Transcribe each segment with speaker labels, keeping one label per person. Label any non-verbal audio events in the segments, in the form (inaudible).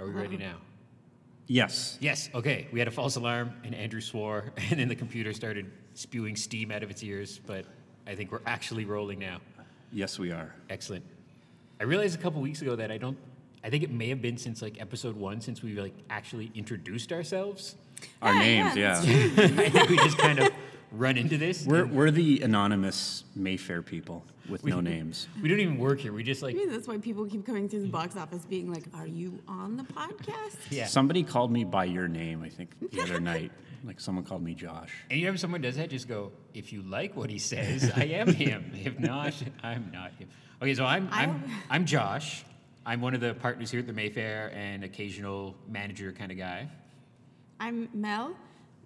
Speaker 1: we ready now?
Speaker 2: Yes.
Speaker 1: Yes, okay. We had a false alarm, and Andrew swore, (laughs) and then the computer started spewing steam out of its ears, but I think we're actually rolling now.
Speaker 2: Yes, we are.
Speaker 1: Excellent. I realized a couple weeks ago that I don't. I think it may have been since like episode one, since we like actually introduced ourselves. (laughs)
Speaker 2: Our
Speaker 3: Yeah,
Speaker 2: names,
Speaker 3: yeah,
Speaker 2: yeah.
Speaker 3: that's
Speaker 1: I think we just kind of run into this.
Speaker 2: We're,
Speaker 1: and
Speaker 2: we're the anonymous Mayfair people with no names.
Speaker 1: we don't even work here. We just like
Speaker 3: Maybe that's why people keep coming through the
Speaker 1: Mm.
Speaker 3: box office being like, Are you on the podcast?
Speaker 1: yeah.
Speaker 2: Somebody called me by your name, I think, the other night. Like someone called me Josh.
Speaker 1: Anytime someone does that, just go. If you like what he says, I am him. (laughs) If not, I'm not him. Okay, so I'm
Speaker 3: I
Speaker 1: I'm
Speaker 3: don't-
Speaker 1: I'm Josh. I'm one of the partners here at the Mayfair and occasional manager kind of guy.
Speaker 3: I'm Mel,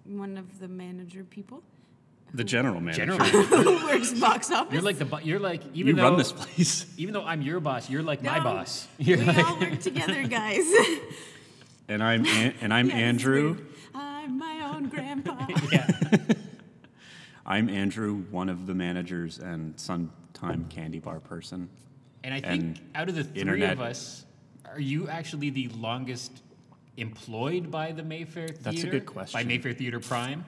Speaker 3: one of the manager people (laughs)
Speaker 2: The general manager.
Speaker 1: Generally,
Speaker 3: who works box office.
Speaker 1: you're like the bo- you're like even
Speaker 2: You
Speaker 1: though
Speaker 2: run
Speaker 1: (laughs)
Speaker 2: this place.
Speaker 1: even though I'm your boss, you're like my
Speaker 3: No,
Speaker 1: boss. (laughs)
Speaker 3: we
Speaker 1: You're like-
Speaker 3: all work
Speaker 1: (laughs)
Speaker 3: together, guys.
Speaker 2: And I'm, An- and I'm
Speaker 3: (laughs) Yeah, this is
Speaker 2: Andrew.
Speaker 3: weird. I'm my own
Speaker 1: (laughs)
Speaker 3: grandpa.
Speaker 1: yeah.
Speaker 2: I'm Andrew, one of the managers and sometime candy bar person.
Speaker 1: And I think
Speaker 2: and
Speaker 1: out of the three
Speaker 2: internet.
Speaker 1: of us, are you actually the longest employed by the Mayfair Theater?
Speaker 2: That's a good
Speaker 1: By
Speaker 2: question. Um,
Speaker 1: Mayfair Theater Prime?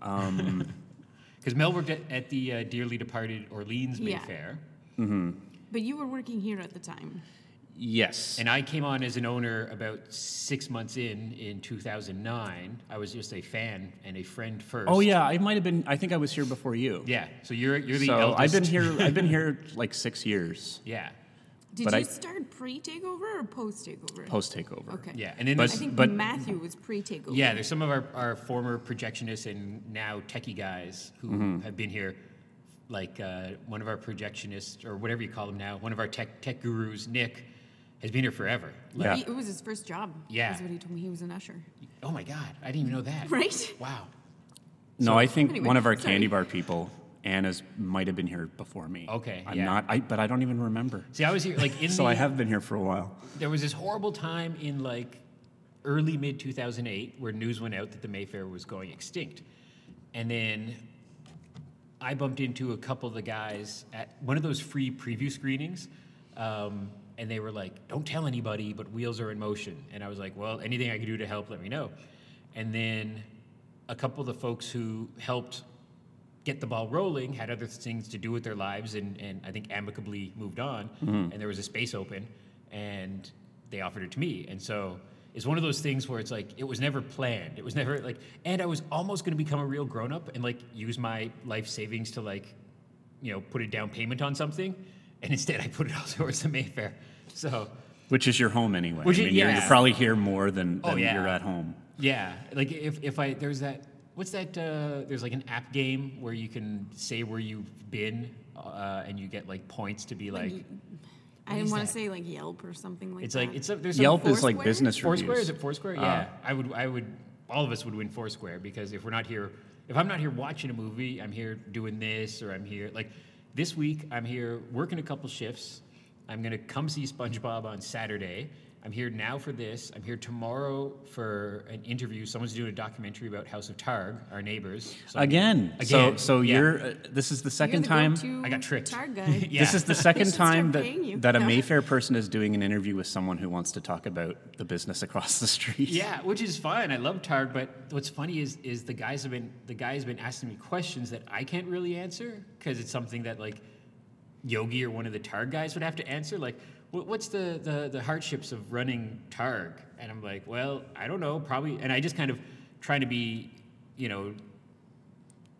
Speaker 1: (laughs) Because Mel worked at, at the uh, dearly departed Orleans
Speaker 3: Yeah.
Speaker 1: Mayfair,
Speaker 3: but you were working here at the time.
Speaker 2: Yes.
Speaker 1: and I came on as an owner about six months in, in 2009. I was just a fan and a friend first.
Speaker 2: oh, yeah. I might have been, I think I was here before you.
Speaker 1: Yeah, so you're, you're the
Speaker 2: so
Speaker 1: eldest.
Speaker 2: I've been here.
Speaker 1: (laughs)
Speaker 2: I've been here like six years
Speaker 1: Yeah,
Speaker 3: Did
Speaker 2: But
Speaker 3: you
Speaker 2: I-
Speaker 3: start pre takeover or post takeover?
Speaker 2: post takeover.
Speaker 3: Okay.
Speaker 1: yeah. And then
Speaker 2: But-
Speaker 3: I think
Speaker 2: but-
Speaker 3: Matthew was pre takeover.
Speaker 1: Yeah, there's some of our, our former projectionists and now techie guys who
Speaker 2: Mm-hmm.
Speaker 1: have been here. Like uh, one of our projectionists, or whatever you call him now, one of our tech tech gurus, Nick, has been here forever. Like,
Speaker 2: Yeah.
Speaker 3: He, it was his first job.
Speaker 1: Yeah.
Speaker 3: That's what he told me. He was an usher.
Speaker 1: oh my God, I didn't even know that.
Speaker 3: Right?
Speaker 1: Wow.
Speaker 2: No, I think
Speaker 3: anyway,
Speaker 2: one of our
Speaker 3: sorry.
Speaker 2: candy bar people, Anna's, might have been here before me.
Speaker 1: Okay,
Speaker 2: I'm
Speaker 1: yeah.
Speaker 2: not. I, but I don't even remember.
Speaker 1: See, I was here like in
Speaker 2: So
Speaker 1: the,
Speaker 2: I have been here for a while.
Speaker 1: there was this horrible time in like early mid 2008 where news went out that the Mayfair was going extinct. And then I bumped into a couple of the guys at one of those free preview screenings. Um, and they were like, don't tell anybody, but wheels are in motion. And I was like, well, anything I can do to help, let me know. And then a couple of the folks who helped get the ball rolling had other things to do with their lives and, and I think amicably moved on. And there was a space open and they offered it to me. And so it's one of those things where it's like, it was never planned. It was never like, and I was almost going to become a real grown up and like use my life savings to like, you know, put a down payment on something. And instead I put it all (laughs) towards the Mayfair. So
Speaker 2: Which is your home anyway.
Speaker 1: Which
Speaker 2: I
Speaker 1: is-
Speaker 2: mean, you're,
Speaker 1: yeah.
Speaker 2: you're probably here more than,
Speaker 1: Oh,
Speaker 2: than
Speaker 1: yeah.
Speaker 2: you're at home.
Speaker 1: yeah, like if, if I, there's that, what's that, uh, there's like an app game where you can say where you've been uh, and you get like points to be like,
Speaker 3: I didn't
Speaker 1: is
Speaker 3: want
Speaker 1: that?
Speaker 3: to say like Yelp or something like
Speaker 1: It's
Speaker 3: that.
Speaker 1: like it's a, there's some
Speaker 2: Yelp is like
Speaker 3: Foursquare?
Speaker 2: business reviews. Ah.
Speaker 1: Foursquare is it Foursquare? yeah, I would I would all of us would win Foursquare because if we're not here, if I'm not here watching a movie, I'm here doing this or I'm here like this week I'm here working a couple shifts. I'm gonna come see SpongeBob on Saturday. I'm here now for this. I'm here tomorrow for an interview. Someone's doing a documentary about House of Targ, our neighbors. So-
Speaker 2: Again. So
Speaker 1: Again,
Speaker 2: so
Speaker 1: yeah.
Speaker 2: you're. Uh, this is the
Speaker 3: You're
Speaker 2: second
Speaker 3: the
Speaker 2: time.
Speaker 3: go-to
Speaker 1: I got tricked.
Speaker 3: tar guy.
Speaker 1: (laughs) Yeah.
Speaker 2: This is
Speaker 3: (laughs)
Speaker 2: the second
Speaker 3: should start
Speaker 2: time
Speaker 3: paying you.
Speaker 2: that, that a
Speaker 3: No.
Speaker 2: Mayfair person is doing an interview with someone who wants to talk about the business across the street.
Speaker 1: Yeah, which is fine. I love Targ, but what's funny is is the guys have been the guys have been asking me questions that I can't really answer because it's something that like Yogi or one of the Targ guys would have to answer. Like, "Wh- what's the, the the hardships of running Targ? And I'm like, well, I don't know, probably. And I just kind of trying to be, you know,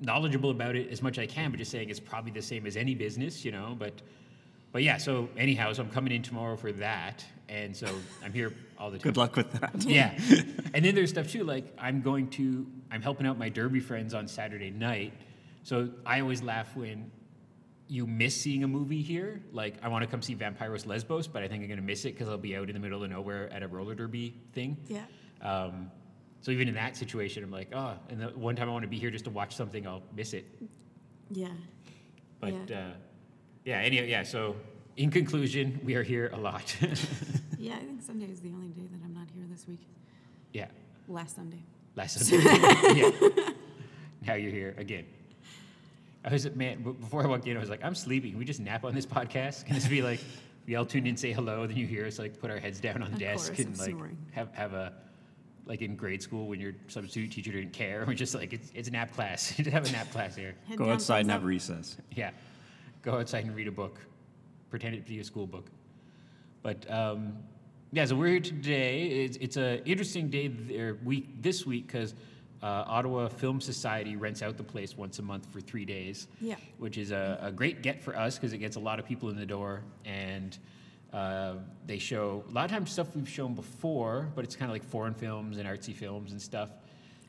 Speaker 1: knowledgeable about it as much I can, but just saying it's probably the same as any business, you know. But but yeah. So anyhow, so I'm coming in tomorrow for that, and so I'm here all the time
Speaker 2: Good luck with
Speaker 1: (laughs)
Speaker 2: that.
Speaker 3: (laughs)
Speaker 1: yeah. And then there's stuff too, like I'm going to, I'm helping out my derby friends on Saturday night. So I always laugh when you miss seeing a movie here. Like I want to come see Vampiros Lesbos, but I think I'm going to miss it because I'll be out in the middle of nowhere at a roller derby thing.
Speaker 3: Yeah.
Speaker 1: Um, so even in that situation, I'm like, oh, and the one time I want to be here just to watch something, I'll miss it.
Speaker 3: Yeah.
Speaker 1: But yeah,
Speaker 3: Yeah.
Speaker 1: uh, yeah anyway, yeah. So in conclusion, we are here a lot. (laughs)
Speaker 3: Yeah, I think Sunday is the only day that I'm not here this week.
Speaker 1: yeah.
Speaker 3: Last Sunday.
Speaker 1: last Sunday. yeah. Now you're here again. I was man b- before I walked in. I was like, I'm sleepy. Can we just nap on this podcast? Can this be like, we we all tune in, say hello, then you hear us like put our heads down on the
Speaker 3: A
Speaker 1: desk
Speaker 3: chorus of
Speaker 1: and like
Speaker 3: snoring.
Speaker 1: have have a like in grade school when your substitute teacher didn't care. (laughs) We're just like it's it's an app class. (laughs) You have an app class here.
Speaker 3: Head
Speaker 2: Go
Speaker 3: down,
Speaker 2: outside and
Speaker 3: thumbs
Speaker 2: have
Speaker 3: up.
Speaker 2: recess.
Speaker 1: (laughs) Yeah. Go outside and read a book. Pretend it to be a school book. But um, yeah, so we're here today. It's, it's an interesting day th- or week this week because uh, Ottawa Film Society rents out the place once a month for three days.
Speaker 3: Yeah.
Speaker 1: Which is a, a great get for us because it gets a lot of people in the door and. Uh, they show a lot of times stuff we've shown before, but it's kind of like foreign films and artsy films and stuff.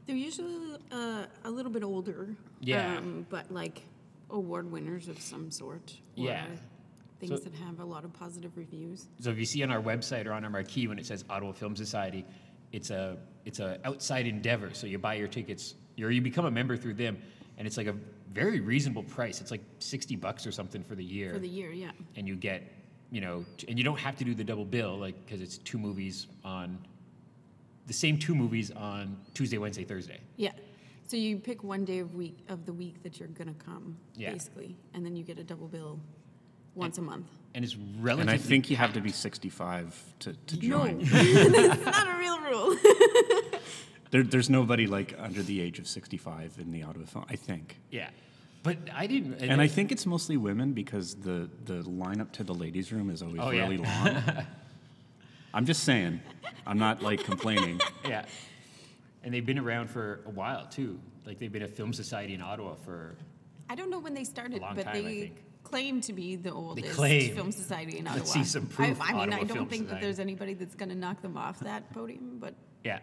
Speaker 3: They're usually uh, a little bit older.
Speaker 1: Yeah.
Speaker 3: Um, but like award winners of some sort. or
Speaker 1: Yeah.
Speaker 3: Things
Speaker 1: So-
Speaker 3: that have a lot of positive reviews.
Speaker 1: So if you see on our website or on our marquee when it says Ottawa Film Society, it's a it's a outside endeavor. So you buy your tickets, or you become a member through them, and it's like a very reasonable price. It's like sixty bucks or something for the year,
Speaker 3: For the year, yeah.
Speaker 1: and you get you know, t- and you don't have to do the double bill like because it's two movies on the same two movies on Tuesday, Wednesday, Thursday.
Speaker 3: Yeah. So you pick one day of week of the week that you're gonna come,
Speaker 1: Yeah.
Speaker 3: basically, and then you get a double bill once a month.
Speaker 1: And it's
Speaker 2: And I
Speaker 1: relatively
Speaker 2: think you have to be 65 to, to
Speaker 3: (laughs)
Speaker 2: join.
Speaker 3: it's not a real rule.
Speaker 2: There, there's nobody like under the age of 65 in the Ottawa film, I think.
Speaker 1: yeah. But I didn't.
Speaker 2: And I think it's mostly women because the, the lineup to the ladies' room is always
Speaker 1: Oh, yeah. (laughs)
Speaker 2: really long. I'm just saying. I'm not like complaining.
Speaker 1: Yeah. And they've been around for a while too. Like they've been a film society in Ottawa for
Speaker 3: I don't know when they started,
Speaker 1: long
Speaker 3: but
Speaker 1: time, I
Speaker 3: they
Speaker 1: think.
Speaker 3: claim to be the oldest
Speaker 1: claim.
Speaker 3: film society in Ottawa.
Speaker 1: Let's see some proof,
Speaker 3: I, I mean,
Speaker 1: Ottawa
Speaker 3: I don't
Speaker 1: Film
Speaker 3: think that
Speaker 1: Society.
Speaker 3: there's anybody that's gonna knock them off that podium, but
Speaker 1: Yeah.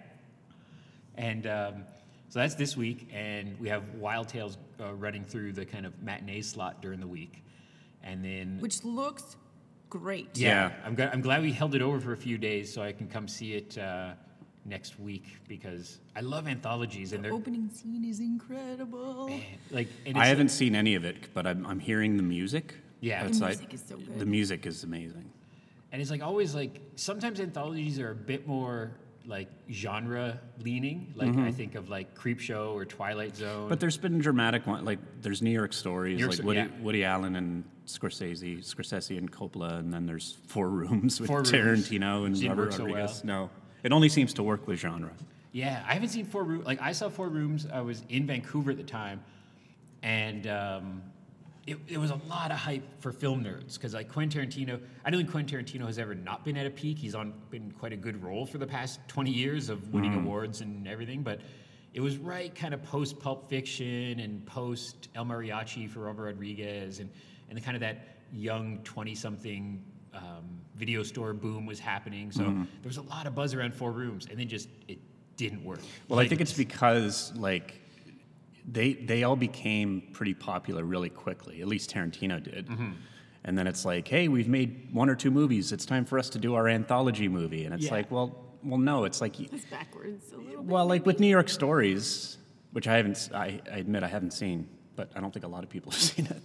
Speaker 1: And um, so that's this week, and we have Wild Tales uh, running through the kind of matinee slot during the week, and then
Speaker 3: which looks great.
Speaker 1: yeah,
Speaker 2: Yeah.
Speaker 1: I'm, gl- I'm glad we held it over for a few days so I can come see it uh, next week because I love anthologies and
Speaker 3: The
Speaker 1: they're
Speaker 3: opening scene is incredible.
Speaker 1: man, like and (laughs)
Speaker 2: I
Speaker 1: it's-
Speaker 2: haven't seen any of it, but I'm, I'm hearing the music
Speaker 1: Yeah. The
Speaker 2: outside.
Speaker 3: music is so
Speaker 2: The
Speaker 3: good.
Speaker 2: music is amazing.
Speaker 1: and it's like always like sometimes anthologies are a bit more like genre leaning like
Speaker 2: Mm-hmm.
Speaker 1: I think of like Creepshow or Twilight Zone
Speaker 2: But there's been dramatic one like there's New York stories,
Speaker 1: New York
Speaker 2: like
Speaker 1: Sto-
Speaker 2: Woody,
Speaker 1: yeah.
Speaker 2: Woody Allen and Scorsese, Scorsese and Coppola, and then there's Four Rooms (laughs) with
Speaker 1: Four Rooms.
Speaker 2: Tarantino and
Speaker 1: Didn't
Speaker 2: Robert
Speaker 1: work so well.
Speaker 2: Rodriguez. No, it only seems to work with genre.
Speaker 1: Yeah, I haven't seen Four Rooms. Like I saw Four Rooms. I was in Vancouver at the time, and um, it, it was a lot of hype for film nerds because like Quentin Tarantino. I don't think Quentin Tarantino has ever not been at a peak. He's on been quite a good roll for the past twenty years of winning awards and everything. But it was right kind of post Pulp Fiction and post El Mariachi for Robert Rodriguez and and the kind of that young twenty something. Um, video store boom was happening, so there was a lot of buzz around Four Rooms, and then just it didn't work.
Speaker 2: Well, I think it's because like they they all became pretty popular really quickly. At least Tarantino did.
Speaker 1: Mm-hmm.
Speaker 2: And then it's like, hey, we've made one or two movies. It's time for us to do our anthology movie. And it's
Speaker 1: Yeah.
Speaker 2: like, well, well, no. It's like
Speaker 3: It's backwards a little bit.
Speaker 2: Well, like with New York Stories, which I haven't, s- I, I admit I haven't seen, but I don't think a lot of people (laughs) have seen it.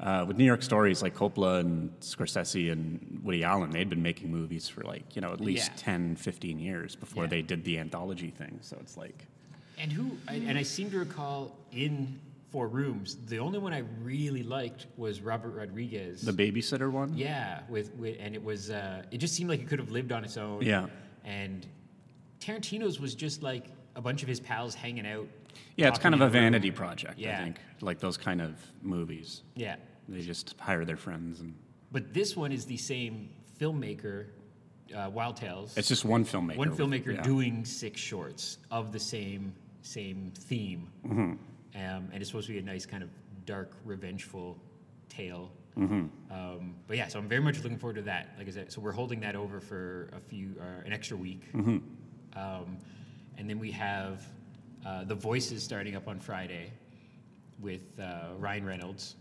Speaker 2: Uh, with New York Stories, like Coppola and Scorsese and Woody Allen, they'd been making movies for like, you know, at least
Speaker 1: Yeah.
Speaker 2: 10, 15 years before
Speaker 1: Yeah.
Speaker 2: they did the anthology thing. So it's like,
Speaker 1: and who I, and I seem to recall in Four Rooms, the only one I really liked was Robert Rodriguez.
Speaker 2: the babysitter one?
Speaker 1: yeah, with, with and it was uh, it just seemed like it could have lived on its own.
Speaker 2: Yeah.
Speaker 1: and Tarantino's was just like a bunch of his pals hanging out.
Speaker 2: Yeah, it's
Speaker 1: talking
Speaker 2: kind of
Speaker 1: in
Speaker 2: a
Speaker 1: room.
Speaker 2: vanity project,
Speaker 1: Yeah.
Speaker 2: I think. Like those kind of movies.
Speaker 1: Yeah,
Speaker 2: They just hire their friends and
Speaker 1: but this one is the same filmmaker, uh, Wild Tales.
Speaker 2: it's just one filmmaker.
Speaker 1: one
Speaker 2: with-
Speaker 1: filmmaker
Speaker 2: yeah.
Speaker 1: doing six shorts of the same same theme,
Speaker 2: Mm-hmm.
Speaker 1: um, and it's supposed to be a nice kind of dark, revengeful tale.
Speaker 2: Mm-hmm.
Speaker 1: Um, but yeah, so I'm very much looking forward to that. Like I said, so we're holding that over for a few, uh, an extra week,
Speaker 2: Mm-hmm.
Speaker 1: um, and then we have uh, the voices starting up on Friday with uh, Ryan Reynolds,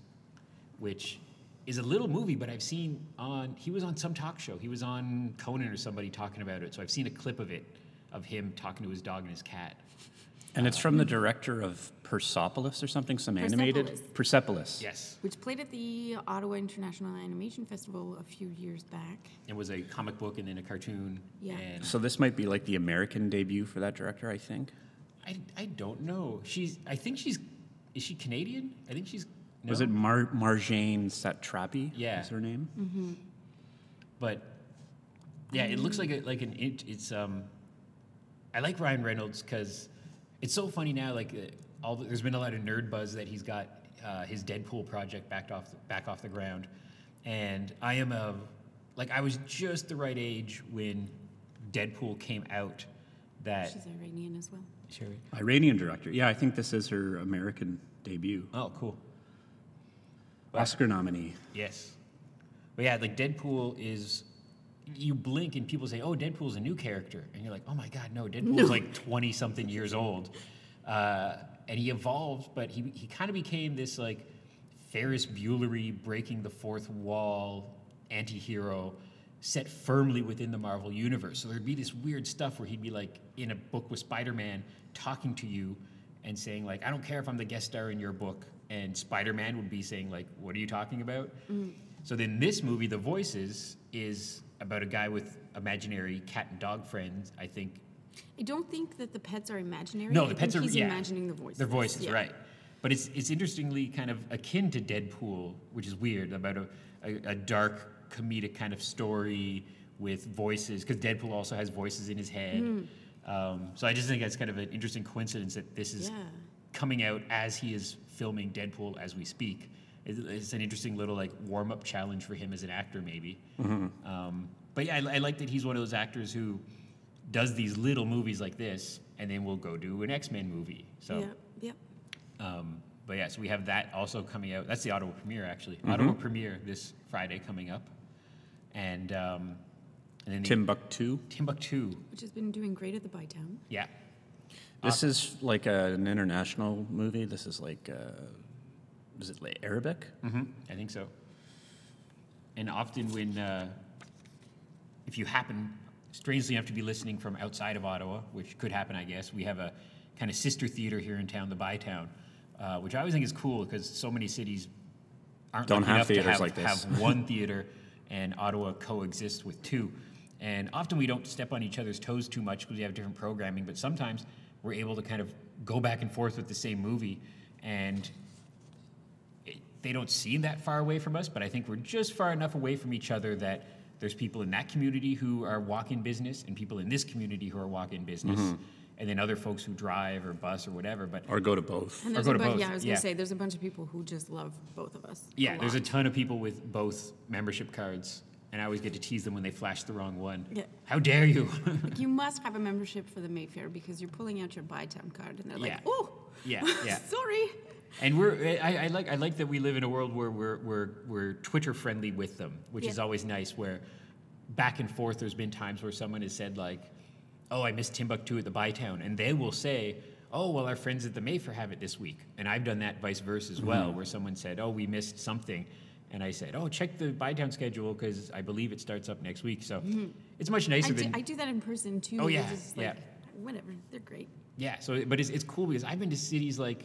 Speaker 1: which is a little movie, but I've seen on he was on some talk show. He was on Conan or somebody talking about it, so I've seen a clip of it of him talking to his dog and his cat.
Speaker 2: And it's from the director of Persepolis or something, some animated. Persepolis.
Speaker 1: Yes,
Speaker 3: Which played at the Ottawa International Animation Festival a few years back.
Speaker 1: it was a comic book and then a cartoon.
Speaker 3: Yeah.
Speaker 1: and
Speaker 2: So this might be like the American debut for that director, I think.
Speaker 1: I, I don't know. She's I think she's is she Canadian? I think she's no?
Speaker 2: Was it Mar- Marjane Satrapi?
Speaker 1: Yeah.
Speaker 2: Is her name?
Speaker 1: But yeah, it looks like a, like an it, it's um. I like Ryan Reynolds because it's so funny now. Like uh, all the, there's been a lot of nerd buzz that he's got uh, his Deadpool project backed off back off the ground, and I am a like I was just the right age when Deadpool came out. That
Speaker 3: She's Iranian as well.
Speaker 2: Iranian director. Yeah, I think this is her American debut.
Speaker 1: oh cool
Speaker 2: Oscar nominee.
Speaker 1: yes, but yeah, like Deadpool is. You blink and people say, "Oh, Deadpool's a new character," and you're like, "Oh my God, no! Deadpool's like twenty something years old," uh, and he evolved, but he he kind of became this like Ferris Buellery breaking the fourth wall anti-hero set firmly within the Marvel universe. So there'd be this weird stuff where he'd be like in a book with Spider-Man talking to you and saying like, "I don't care if I'm the guest star in your book," and Spider-Man would be saying like, "What are you talking about?"
Speaker 3: Mm-hmm.
Speaker 1: So then this movie, The Voices, is about a guy with imaginary cat and dog friends. I think
Speaker 3: I don't think that the pets are imaginary.
Speaker 1: no,
Speaker 3: I
Speaker 1: the
Speaker 3: think
Speaker 1: pets are
Speaker 3: he's
Speaker 1: yeah,
Speaker 3: imagining the voices.
Speaker 1: Their voices,
Speaker 3: Yeah.
Speaker 1: right? But it's it's interestingly kind of akin to Deadpool, which is weird about a, a, a dark comedic kind of story with voices because Deadpool also has voices in his head.
Speaker 3: Mm-hmm.
Speaker 1: Um, so I just think that's kind of an interesting coincidence that this is
Speaker 3: Yeah.
Speaker 1: coming out as he is filming Deadpool as we speak. It- It's an interesting little like warm up challenge for him as an actor, maybe. Um, but yeah, I, I like that he's one of those actors who does these little movies like this, and then will go do an X Men movie. So,
Speaker 3: Yeah. Yeah.
Speaker 1: um, but yeah, so we have that also coming out. That's the Ottawa premiere actually. Ottawa premiere this Friday coming up, and um, and then the-
Speaker 2: Timbuktu.
Speaker 1: Timbuktu.
Speaker 3: Which has been doing great at the Bytown.
Speaker 1: Yeah,
Speaker 2: This is like a, an international movie. This is like, uh, is it like Arabic?
Speaker 1: hmm I think so. And often when, uh, if you happen, strangely enough, to be listening from outside of Ottawa, which could happen, I guess, we have a kind of sister theater here in town, the Bytown, uh, which I always think is cool because so many cities aren't
Speaker 2: Don't
Speaker 1: lucky
Speaker 2: have
Speaker 1: enough to
Speaker 2: theaters
Speaker 1: have,
Speaker 2: like this. (laughs)
Speaker 1: have one theater, and Ottawa coexists with two. And often we don't step on each other's toes too much because we have different programming, but sometimes we're able to kind of go back and forth with the same movie. And it, they don't seem that far away from us, but I think we're just far enough away from each other that there's people in that community who are walk in business and people in this community who are walk in business, and then other folks who drive or bus or whatever. But
Speaker 2: Or go to both?
Speaker 3: And
Speaker 1: Or
Speaker 3: there's
Speaker 1: go
Speaker 3: a
Speaker 1: to
Speaker 3: bunch,
Speaker 1: both,
Speaker 3: yeah, I was
Speaker 1: yeah.
Speaker 3: gonna say there's a bunch of people who just love both of us.
Speaker 1: yeah, there's a
Speaker 3: lot.
Speaker 1: ton of people with both membership cards, and I always get to tease them when they flash the wrong one.
Speaker 3: Yeah.
Speaker 1: How dare you?
Speaker 3: Like, you must have a membership for the Mayfair because you're pulling out your Bytown card and they're like,
Speaker 1: Yeah.
Speaker 3: oh, (laughs)
Speaker 1: yeah, yeah.
Speaker 3: sorry.
Speaker 1: And we're I, I like I like that we live in a world where we're we're we're Twitter friendly with them, which is
Speaker 3: Yeah.
Speaker 1: always nice. Where back and forth, there's been times where someone has said like, "Oh, I missed Timbuktu at the Bytown," and they will say, "Oh, well, our friends at the Mayfair have it this week," and I've done that vice versa as well, where someone said, "Oh, we missed something." And I said, "Oh, check the Bytown schedule because I believe it starts up next week." So it's much
Speaker 3: I
Speaker 1: nicer
Speaker 3: do,
Speaker 1: than
Speaker 3: I do that in person too.
Speaker 1: Oh,
Speaker 3: They're
Speaker 1: yeah,
Speaker 3: just
Speaker 1: yeah.
Speaker 3: like, Whatever, they're great.
Speaker 1: Yeah. So, but it's, it's cool because I've been to cities like,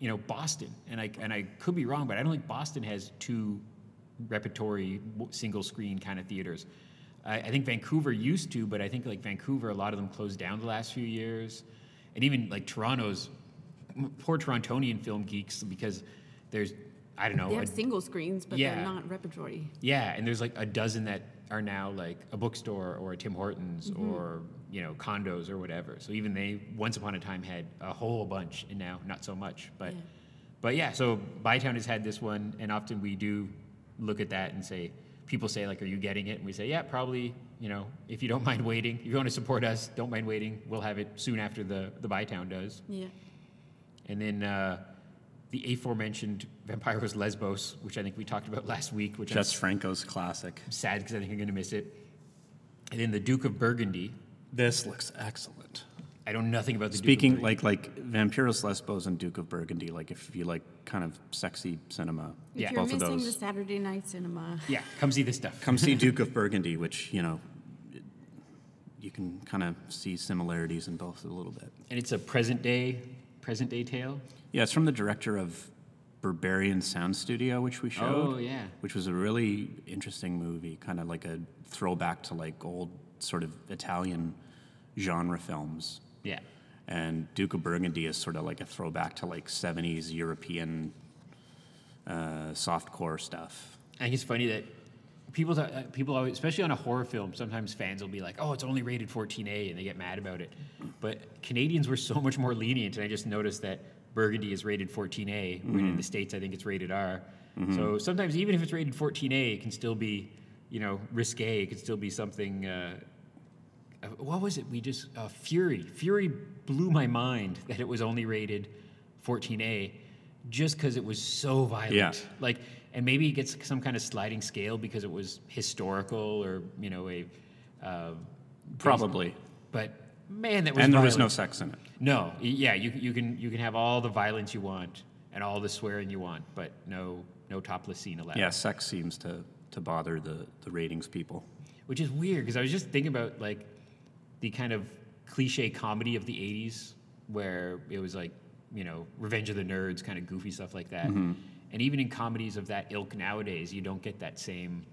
Speaker 1: you know, Boston, and I and I could be wrong, but I don't think Boston has two repertory w- single screen kind of theaters. I, I think Vancouver used to, but I think like Vancouver, a lot of them closed down the last few years, and even like Toronto's m- poor Torontonian film geeks because there's Oh, I don't know
Speaker 3: They
Speaker 1: a-
Speaker 3: have single screens, but
Speaker 1: yeah.
Speaker 3: they're not repertory.
Speaker 1: yeah, and there's like a dozen that are now like a bookstore or a Tim Hortons or you know condos or whatever. So even they once upon a time had a whole bunch, and now not so much. But
Speaker 3: Yeah.
Speaker 1: but yeah, so Bytown has had this one, and often we do look at that and say people say like, "Are you getting it?" And we say, "Yeah, probably." You know, if you don't mind waiting, if you want to support us, don't mind waiting. We'll have it soon after the the Bytown does.
Speaker 3: Yeah.
Speaker 1: And then uh, the aforementioned Vampiros Lesbos, which I think we talked about last week, which I'm
Speaker 2: Jess Franco's classic.
Speaker 1: sad because I think you're going to miss it. And then the Duke of Burgundy.
Speaker 2: This looks excellent.
Speaker 1: I know nothing about the
Speaker 2: Speaking
Speaker 1: Duke of
Speaker 2: like like Vampiros Lesbos and Duke of Burgundy, like if you like kind of sexy cinema,
Speaker 3: If
Speaker 1: Yeah.
Speaker 3: you're
Speaker 2: both of
Speaker 3: missing
Speaker 2: those.
Speaker 3: the Saturday night cinema,
Speaker 1: Burgundy. yeah, come see this stuff.
Speaker 2: Come
Speaker 3: (laughs)
Speaker 2: see Duke of Burgundy, which you know it- you can kind of see similarities in both a little bit.
Speaker 1: And it's a present day, present day tale.
Speaker 2: Yeah, it's from the director of Barbarian Sound Studio, which we showed.
Speaker 1: Oh, yeah.
Speaker 2: Which was a really interesting movie, kind of like a throwback to like old sort of Italian genre films.
Speaker 1: Yeah,
Speaker 2: And Duke of Burgundy is sort of like a throwback to like 70s European uh, softcore stuff.
Speaker 1: I think it's funny that people talk, uh, people always, especially on a horror film sometimes fans will be like oh it's only rated 14a and they get mad about it but canadians were so (laughs) much more lenient and i just noticed that burgundy is rated 14a when in the states i think it's rated r so sometimes even if it's rated 14a it can still be you know risque it can still be something uh, uh, what was it we just uh, fury fury blew my mind (laughs) that it was only rated 14a just because it was so violent
Speaker 2: Yeah.
Speaker 1: like and maybe it gets some kind of sliding scale because it was historical or you know a uh,
Speaker 2: Probably.
Speaker 1: but man that was
Speaker 2: And there was no
Speaker 1: violent.
Speaker 2: sex in it.
Speaker 1: no y- yeah you, you can you can have all the violence you want and all the swearing you want but no no topless scene allowed
Speaker 2: Yeah, sex seems to, to bother the, the ratings
Speaker 1: (laughs)
Speaker 2: people.
Speaker 1: which is weird because I was just thinking about like the kind of cliche comedy of the '80s, where it was like you know Revenge of the Nerds, kind of goofy stuff like that. And even in comedies of that ilk nowadays, you don't get that same.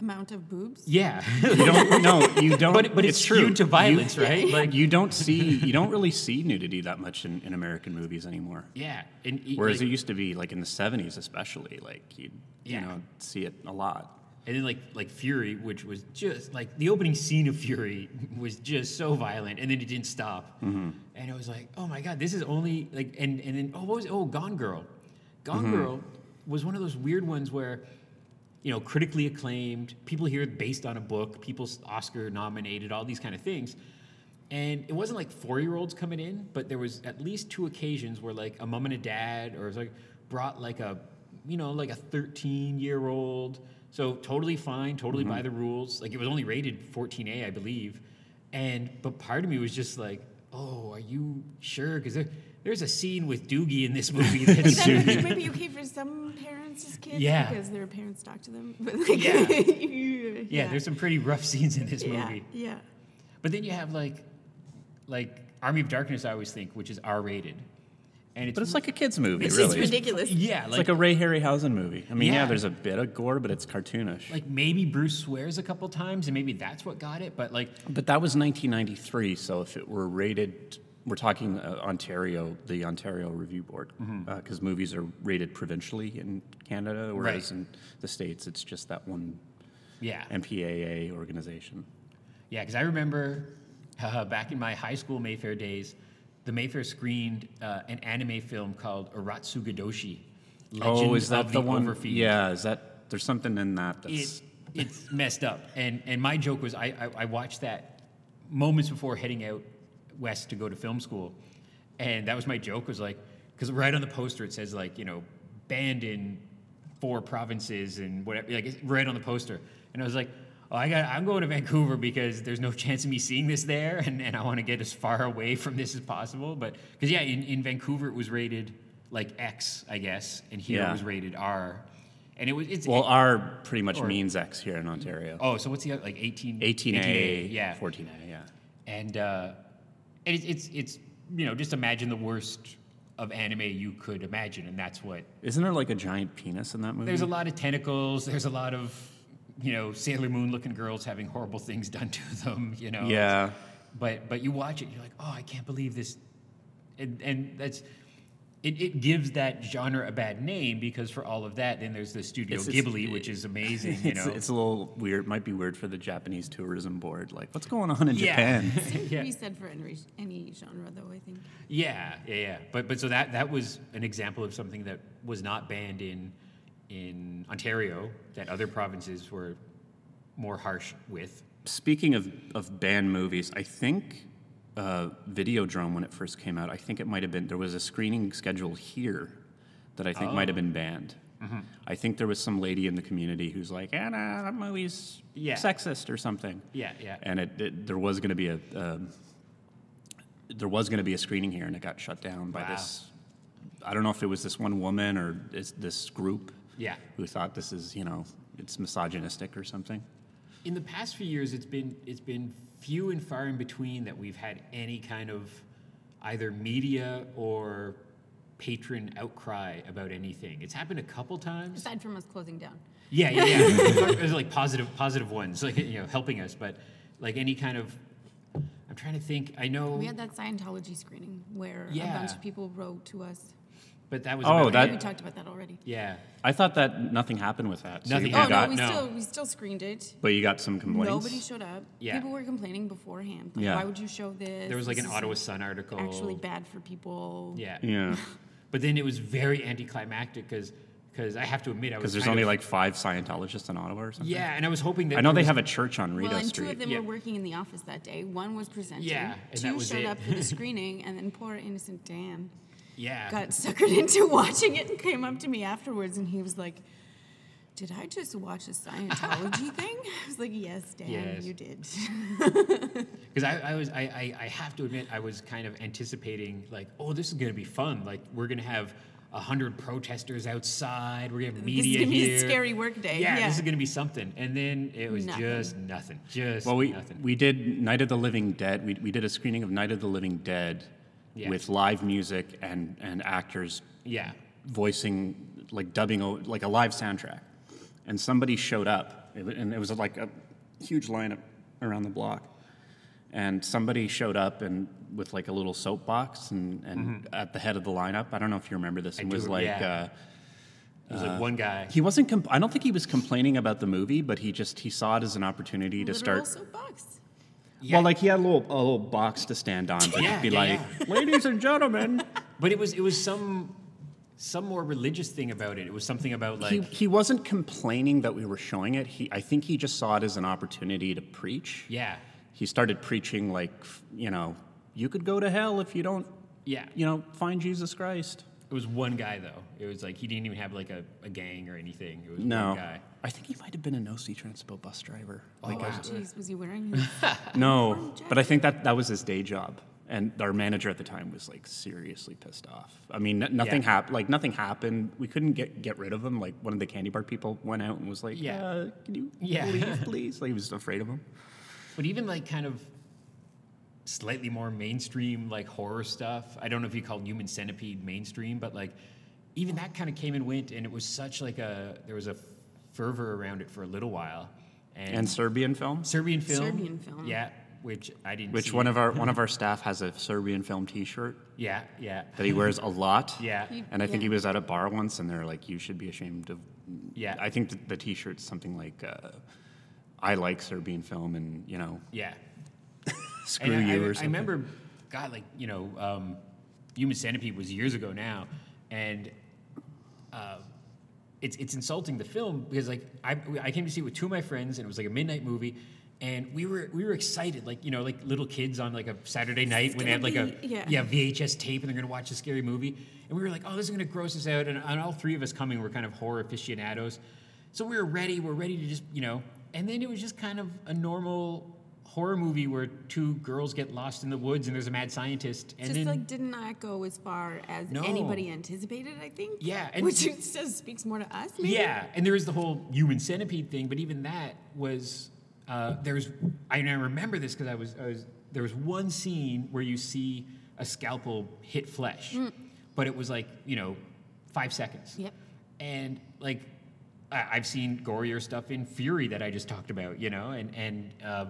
Speaker 3: Amount of boobs?
Speaker 1: Yeah,
Speaker 2: You don't no, you
Speaker 1: (laughs)
Speaker 2: don't
Speaker 1: but but it's, skewed to
Speaker 2: You-
Speaker 1: violence, right? Like
Speaker 2: you don't see you don't really see nudity that much in, in American movies anymore.
Speaker 1: yeah, and e-
Speaker 2: Whereas
Speaker 1: like-
Speaker 2: it used to be like in the seventies especially, like you'd
Speaker 1: Yeah.
Speaker 2: you know, see it a lot.
Speaker 1: And then like like Fury, which was just like the opening scene of Fury (laughs) was just so violent, and then it didn't stop. And I was like, oh my god, this is only like and and then oh what was oh Gone Girl, Gone Girl was one of those weird ones where. You know, critically acclaimed. People hear it based on a book. People Oscar nominated. All these kind of things, and it wasn't like four year olds coming in, but there was at least two occasions where like a mom and a dad or it was like brought like a you know like a 13 year old. So totally fine, totally by the rules. Like it was only rated 14A, I believe. And but part of me was just like, oh, are you sure? Because there, there's a scene with Doogie in this movie that's
Speaker 3: That would be maybe okay for some parents as kids
Speaker 1: Yeah.
Speaker 3: because their parents talk to them. (laughs) But like,
Speaker 1: Yeah.
Speaker 3: yeah.
Speaker 1: (laughs) yeah, there's some pretty rough scenes in this
Speaker 3: yeah,
Speaker 1: movie.
Speaker 3: yeah.
Speaker 1: But then you have like like Army of Darkness, I always think, which is R rated. And it's,
Speaker 2: But it's like a kid's movie,
Speaker 3: It's
Speaker 2: really.
Speaker 3: just ridiculous.
Speaker 1: yeah,
Speaker 2: It's like a Ray Harryhausen movie. I mean, yeah.
Speaker 1: Yeah.
Speaker 2: there's a bit of gore, but it's cartoonish.
Speaker 1: like maybe Bruce swears a couple times, and maybe that's what got it. But like,
Speaker 2: but that was 1993, so if it were rated, we're talking uh, Ontario, the Ontario Review Board, because movies are rated provincially in Canada, whereas
Speaker 1: Mm-hmm. Right.
Speaker 2: in the states, it's just that one
Speaker 1: yeah,
Speaker 2: MPAA organization.
Speaker 1: yeah, because I remember (laughs) uh, back in my high school Mayfair days, the Mayfair screened uh, an anime film called Aratsugadoshi. Legend
Speaker 2: oh, is that
Speaker 1: of
Speaker 2: the, one?
Speaker 1: Overfiend.
Speaker 2: Yeah, is that there's something in that that's
Speaker 1: it, it's messed up. And and my joke was I, I I watched that moments before heading out west to go to film school, and that was my joke was like because right on the poster it says like you know banned in four provinces and whatever like it's right on the poster, and I was like. Oh, I got. I'm going to Vancouver because there's no (laughs) chance of me seeing this there, and, and I want to get as far away from this as possible. But because yeah, in, in Vancouver it was rated like X, I guess, and here
Speaker 2: Yeah.
Speaker 1: it was rated R, and it was it's
Speaker 2: well, R pretty much
Speaker 1: or-
Speaker 2: means X here in Ontario.
Speaker 1: Oh, so what's the other like 18
Speaker 2: 18A,
Speaker 1: 18A, yeah.
Speaker 2: 14A, yeah.
Speaker 1: And uh, and it's, it's it's you know just imagine the worst of anime you could imagine, and that's what.
Speaker 2: Isn't there like a giant penis in that movie?
Speaker 1: There's a lot of tentacles. There's a lot of you know Sailor Moon looking girls having horrible things done to them. You know.
Speaker 2: Yeah.
Speaker 1: But but you watch it, you're like, oh, I can't believe this, and and that's. It, it gives that genre a bad name because for all of that, then there's the Studio
Speaker 2: It's- it's-
Speaker 1: Ghibli, which is amazing.
Speaker 2: (laughs)
Speaker 1: You know,
Speaker 2: It's, it's a little weird. Might be weird for the Japanese tourism board. Like, what's going on in
Speaker 1: Yeah.
Speaker 2: Japan?
Speaker 1: (laughs) Yeah.
Speaker 3: We said for any, any genre, though, I think.
Speaker 1: Yeah, yeah, yeah. But but so that that was an example of something that was not banned in in Ontario that other provinces were more harsh with.
Speaker 2: Speaking of of banned movies, I think uh, Videodrome when it first came out, I think it might have been there was a screening schedule here that I think might have been
Speaker 1: Oh.
Speaker 2: banned.
Speaker 1: Mm-hmm.
Speaker 2: I think there was some lady in the community who's like, "Ah, nah, that movie's
Speaker 1: Yeah.
Speaker 2: sexist or something."
Speaker 1: Yeah, yeah.
Speaker 2: And it, it there was going to be a um, there was going to be a screening here, and it got shut down by
Speaker 1: Wow.
Speaker 2: this. I don't know if it was this one woman or this, this group
Speaker 1: Yeah.
Speaker 2: who thought this is you know it's misogynistic or something.
Speaker 1: In the past few years, it's been it's been few and far in between that we've had any kind of either media or patron outcry about anything. It's happened a couple times.
Speaker 3: Aside from us closing down.
Speaker 1: Yeah, yeah, yeah. There's like positive, positive ones, like you know, helping us. But like any kind of, I'm trying to think. I know.
Speaker 3: We had that Scientology screening where a
Speaker 1: Yeah.
Speaker 3: bunch of people wrote to us
Speaker 1: But that was
Speaker 2: Oh,
Speaker 1: about
Speaker 2: that-
Speaker 1: it.
Speaker 3: We talked about that already.
Speaker 1: Yeah.
Speaker 2: I thought that nothing happened with that. So
Speaker 1: Nothing
Speaker 2: you
Speaker 1: Yeah,
Speaker 3: Oh
Speaker 1: happened.
Speaker 3: no,
Speaker 2: got,
Speaker 3: we
Speaker 1: no.
Speaker 3: still we still screened it.
Speaker 2: But you got some complaints.
Speaker 3: Nobody showed up.
Speaker 1: Yeah.
Speaker 3: People were complaining beforehand. Like,
Speaker 2: Yeah.
Speaker 3: Why would you show this?
Speaker 1: There was like
Speaker 3: This
Speaker 1: an
Speaker 3: is,
Speaker 1: Ottawa Sun article.
Speaker 3: actually bad for people.
Speaker 1: Yeah.
Speaker 2: yeah,
Speaker 1: But then it was very anticlimactic because I have to admit I was
Speaker 2: because there's
Speaker 1: kind
Speaker 2: only
Speaker 1: of-
Speaker 2: like five Scientologists in Ottawa or something.
Speaker 1: yeah, and I was hoping that
Speaker 2: I know
Speaker 1: there
Speaker 2: they
Speaker 1: was-
Speaker 2: have a church on Rideau
Speaker 3: Well, and
Speaker 2: Street.
Speaker 3: two of them
Speaker 1: Yeah.
Speaker 3: were working in the office that day. One was presenting.
Speaker 1: Yeah, and that
Speaker 3: two
Speaker 1: was
Speaker 3: showed
Speaker 1: it.
Speaker 3: up
Speaker 1: (laughs)
Speaker 3: for the screening, and then poor innocent Dan
Speaker 1: yeah
Speaker 3: got suckered (laughs) into watching it and came up to me afterwards, and he was like, "Did I just watch a
Speaker 1: (laughs)
Speaker 3: Scientology thing?" I was like, "Yes, Dan,
Speaker 1: Yes.
Speaker 3: you did." (laughs)
Speaker 1: because I, I was I, I I have to admit I was kind of anticipating like oh this is gonna be fun like we're gonna have a hundred protesters outside we're gonna have
Speaker 3: this is
Speaker 1: media
Speaker 3: gonna be
Speaker 1: here
Speaker 3: a scary work day.
Speaker 1: yeah, this is gonna be something and then it was
Speaker 3: Nothing.
Speaker 1: just nothing just
Speaker 2: Well, we
Speaker 1: nothing
Speaker 2: we did Night of the Living Dead. We we did a screening of Night of the Living Dead
Speaker 1: Yeah.
Speaker 2: with live music and and actors
Speaker 1: yeah
Speaker 2: voicing like dubbing o- like a live soundtrack. And somebody showed up, It wa- and it was like a huge lineup around the block. And somebody showed up and with like a little soapbox and, and at the head of the lineup. I don't know if you remember this. It was
Speaker 1: Mm-hmm. do,
Speaker 2: like.
Speaker 1: yeah.
Speaker 2: Uh,
Speaker 1: it was like one guy
Speaker 2: he wasn't. Comp- I don't think he was complaining about the movie, but he just he saw it as an opportunity to
Speaker 3: Literal
Speaker 2: start
Speaker 3: soapbox.
Speaker 1: yeah.
Speaker 2: well, like he had a little, a little box to stand on, but
Speaker 1: Yeah,
Speaker 2: he'd be
Speaker 1: yeah,
Speaker 2: like, "Ladies and gentlemen,"
Speaker 1: but it was it was some some more religious thing about it it was something about like
Speaker 2: he, he wasn't complaining that we were showing it. He, I think he just saw it as an opportunity to preach.
Speaker 1: yeah
Speaker 2: He started preaching like, f- you know, you could go to hell if you don't,
Speaker 1: yeah
Speaker 2: you know, find Jesus Christ.
Speaker 1: It was one guy though. It was like he didn't even have like a, a gang or anything. It was
Speaker 2: No,
Speaker 1: one guy. Oh,
Speaker 2: I think he might have been a no see transpo bus driver. Like,
Speaker 1: wow.
Speaker 3: Jeez, was he wearing?
Speaker 1: (laughs)
Speaker 3: his-
Speaker 2: no, but I think that that was his day job. And our manager at the time was like seriously pissed off. I mean, n- nothing
Speaker 1: Yeah.
Speaker 2: happened. Like nothing happened. We couldn't get, get rid of him. Like one of the candy bar people went out and was like,
Speaker 1: Yeah.
Speaker 2: "Yeah, can you
Speaker 1: Yeah. (laughs)
Speaker 2: leave, please?" Like he was afraid of him.
Speaker 1: But even like kind of slightly more mainstream like horror stuff. I don't know if you called Human Centipede mainstream, but like even that kind of came and went, and it was such like a there was a fervor around it for a little while. And,
Speaker 2: And Serbian film,
Speaker 1: Mm-hmm. Serbian film.
Speaker 3: Serbian film.
Speaker 1: Yeah, which I didn't.
Speaker 2: which
Speaker 1: see.
Speaker 2: one of our
Speaker 1: Mm-hmm.
Speaker 2: one of our staff has a Serbian film T-shirt
Speaker 1: Yeah, yeah,
Speaker 2: that he wears a lot.
Speaker 1: (laughs) yeah, Mm-hmm.
Speaker 3: He-
Speaker 2: And I think
Speaker 3: Yeah.
Speaker 2: he was at a bar once, and they're like, "You should be ashamed of."
Speaker 1: Yeah.
Speaker 2: I think the, the T-shirt's something like, uh, "I like Serbian film," and you know,
Speaker 1: yeah.
Speaker 2: screw
Speaker 1: And I,
Speaker 2: you
Speaker 1: I,
Speaker 2: or something.
Speaker 1: I remember, God, like you know, um, Human Centipede was years ago now, and uh, it's it's insulting the film because like I I came to see it with two of my friends and it was like a midnight movie. And we were we were excited, like you know, like little kids on like a Saturday night when they had
Speaker 3: gonna
Speaker 1: like a
Speaker 3: be- yeah.
Speaker 1: VHS tape and they're gonna watch a scary movie. And we were like, oh, this is gonna gross us out. And, and all three of us coming were kind of horror aficionados, so we were ready. We're ready to just you know. And then it was just kind of a normal horror movie where two girls get lost in the woods and there's a mad scientist. And
Speaker 3: just
Speaker 1: then
Speaker 3: like did not go as far as
Speaker 1: No.
Speaker 3: anybody anticipated, I think.
Speaker 1: Yeah, and-
Speaker 3: which it says speaks more to us. Maybe?
Speaker 1: Yeah, and there is the whole human centipede thing, but even that was uh, there's I, and I remember this because I was, I was there was one scene where you see a scalpel hit flesh, but it was like you know five seconds.
Speaker 3: Mm. Yep.
Speaker 1: And like I, I've seen gorier stuff in Fury that I just talked about, you know, and and. Uh,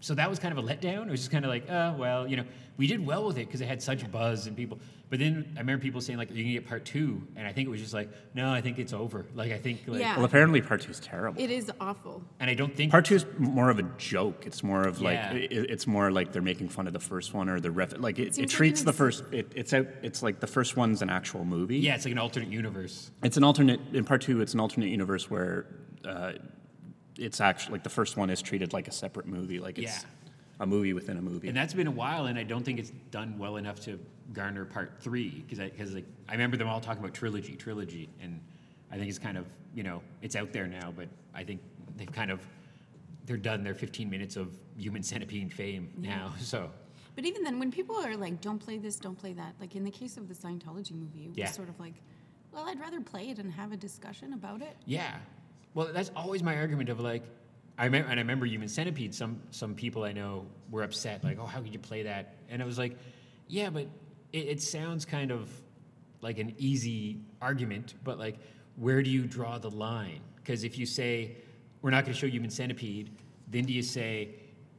Speaker 1: so that was kind of a letdown. It was just kind of like, oh, well, you know, we did well with it because it had such buzz and people. But then I remember people saying like, "Are you gonna get part two? And I think it was just like, "No, I think it's over." Like I think, like,
Speaker 3: Yeah.
Speaker 2: Well, apparently part two's terrible.
Speaker 3: It is awful.
Speaker 1: and I don't think
Speaker 2: part two's more of a joke. It's more of like
Speaker 1: Yeah.
Speaker 2: i it's more like they're making fun of the first one or the ref. Like it,
Speaker 3: seems
Speaker 2: it,
Speaker 3: like
Speaker 2: treats
Speaker 3: an
Speaker 2: the
Speaker 3: ex-
Speaker 2: first. It, it's out. It's like the first one's an actual movie.
Speaker 1: Yeah, it's like an alternate universe.
Speaker 2: It's an alternate. In part two, it's an alternate universe where uh, it's actually like the first one is treated like a separate movie. Like it's
Speaker 1: Yeah.
Speaker 2: a movie within a movie.
Speaker 1: And that's been a while, and I don't think it's done well enough to garner part three because because like I remember them all talking about trilogy, trilogy, and I think it's kind of you know it's out there now, but I think they've kind of they're done their 15 minutes of human centipede fame now. (laughs) So
Speaker 3: But even then, when people are like, "Don't play this, don't play that," like in the case of the Scientology movie, it was
Speaker 1: Yeah.
Speaker 3: sort of like, "Well, I'd rather play it and have a discussion about it."
Speaker 1: yeah, well that's always my argument of like I remember and I remember human centipede. Some some people I know were upset like oh how could you play that? And I was like yeah, but it, it sounds kind of like an easy argument, but like where do you draw the line? Because if you say we're not going to show human centipede, then do you say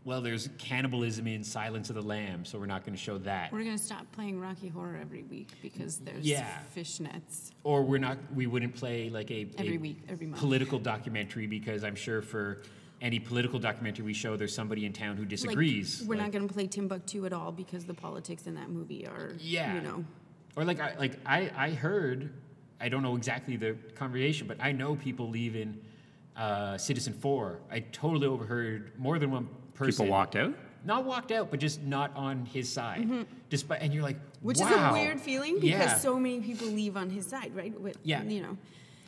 Speaker 1: well, there's cannibalism in Silence of the Lambs, so we're not going to show that.
Speaker 3: We're gonna stop playing Rocky Horror every week because there's
Speaker 1: Yeah.
Speaker 3: fishnets.
Speaker 1: Or we're not, we wouldn't play like a, a
Speaker 3: Every week, every month.
Speaker 1: political documentary because I'm sure for any political documentary we show, there's somebody in town who
Speaker 3: Like,
Speaker 1: disagrees.
Speaker 3: we're
Speaker 1: like-
Speaker 3: not gonna play Timbuktu at all because the politics in that movie are,
Speaker 1: Yeah.
Speaker 3: you know,
Speaker 1: Or like I like I, I heard I don't know exactly the conversation, but I know people leaving uh, Citizen Four. I totally overheard more than one person
Speaker 2: People walked out.
Speaker 1: not walked out, but just not on his side. Despite and you're like,
Speaker 3: Mm-hmm. which
Speaker 1: wow.
Speaker 3: is a weird feeling because
Speaker 1: Yeah.
Speaker 3: so many people leave on his side, right? With,
Speaker 1: Yeah.
Speaker 3: you know,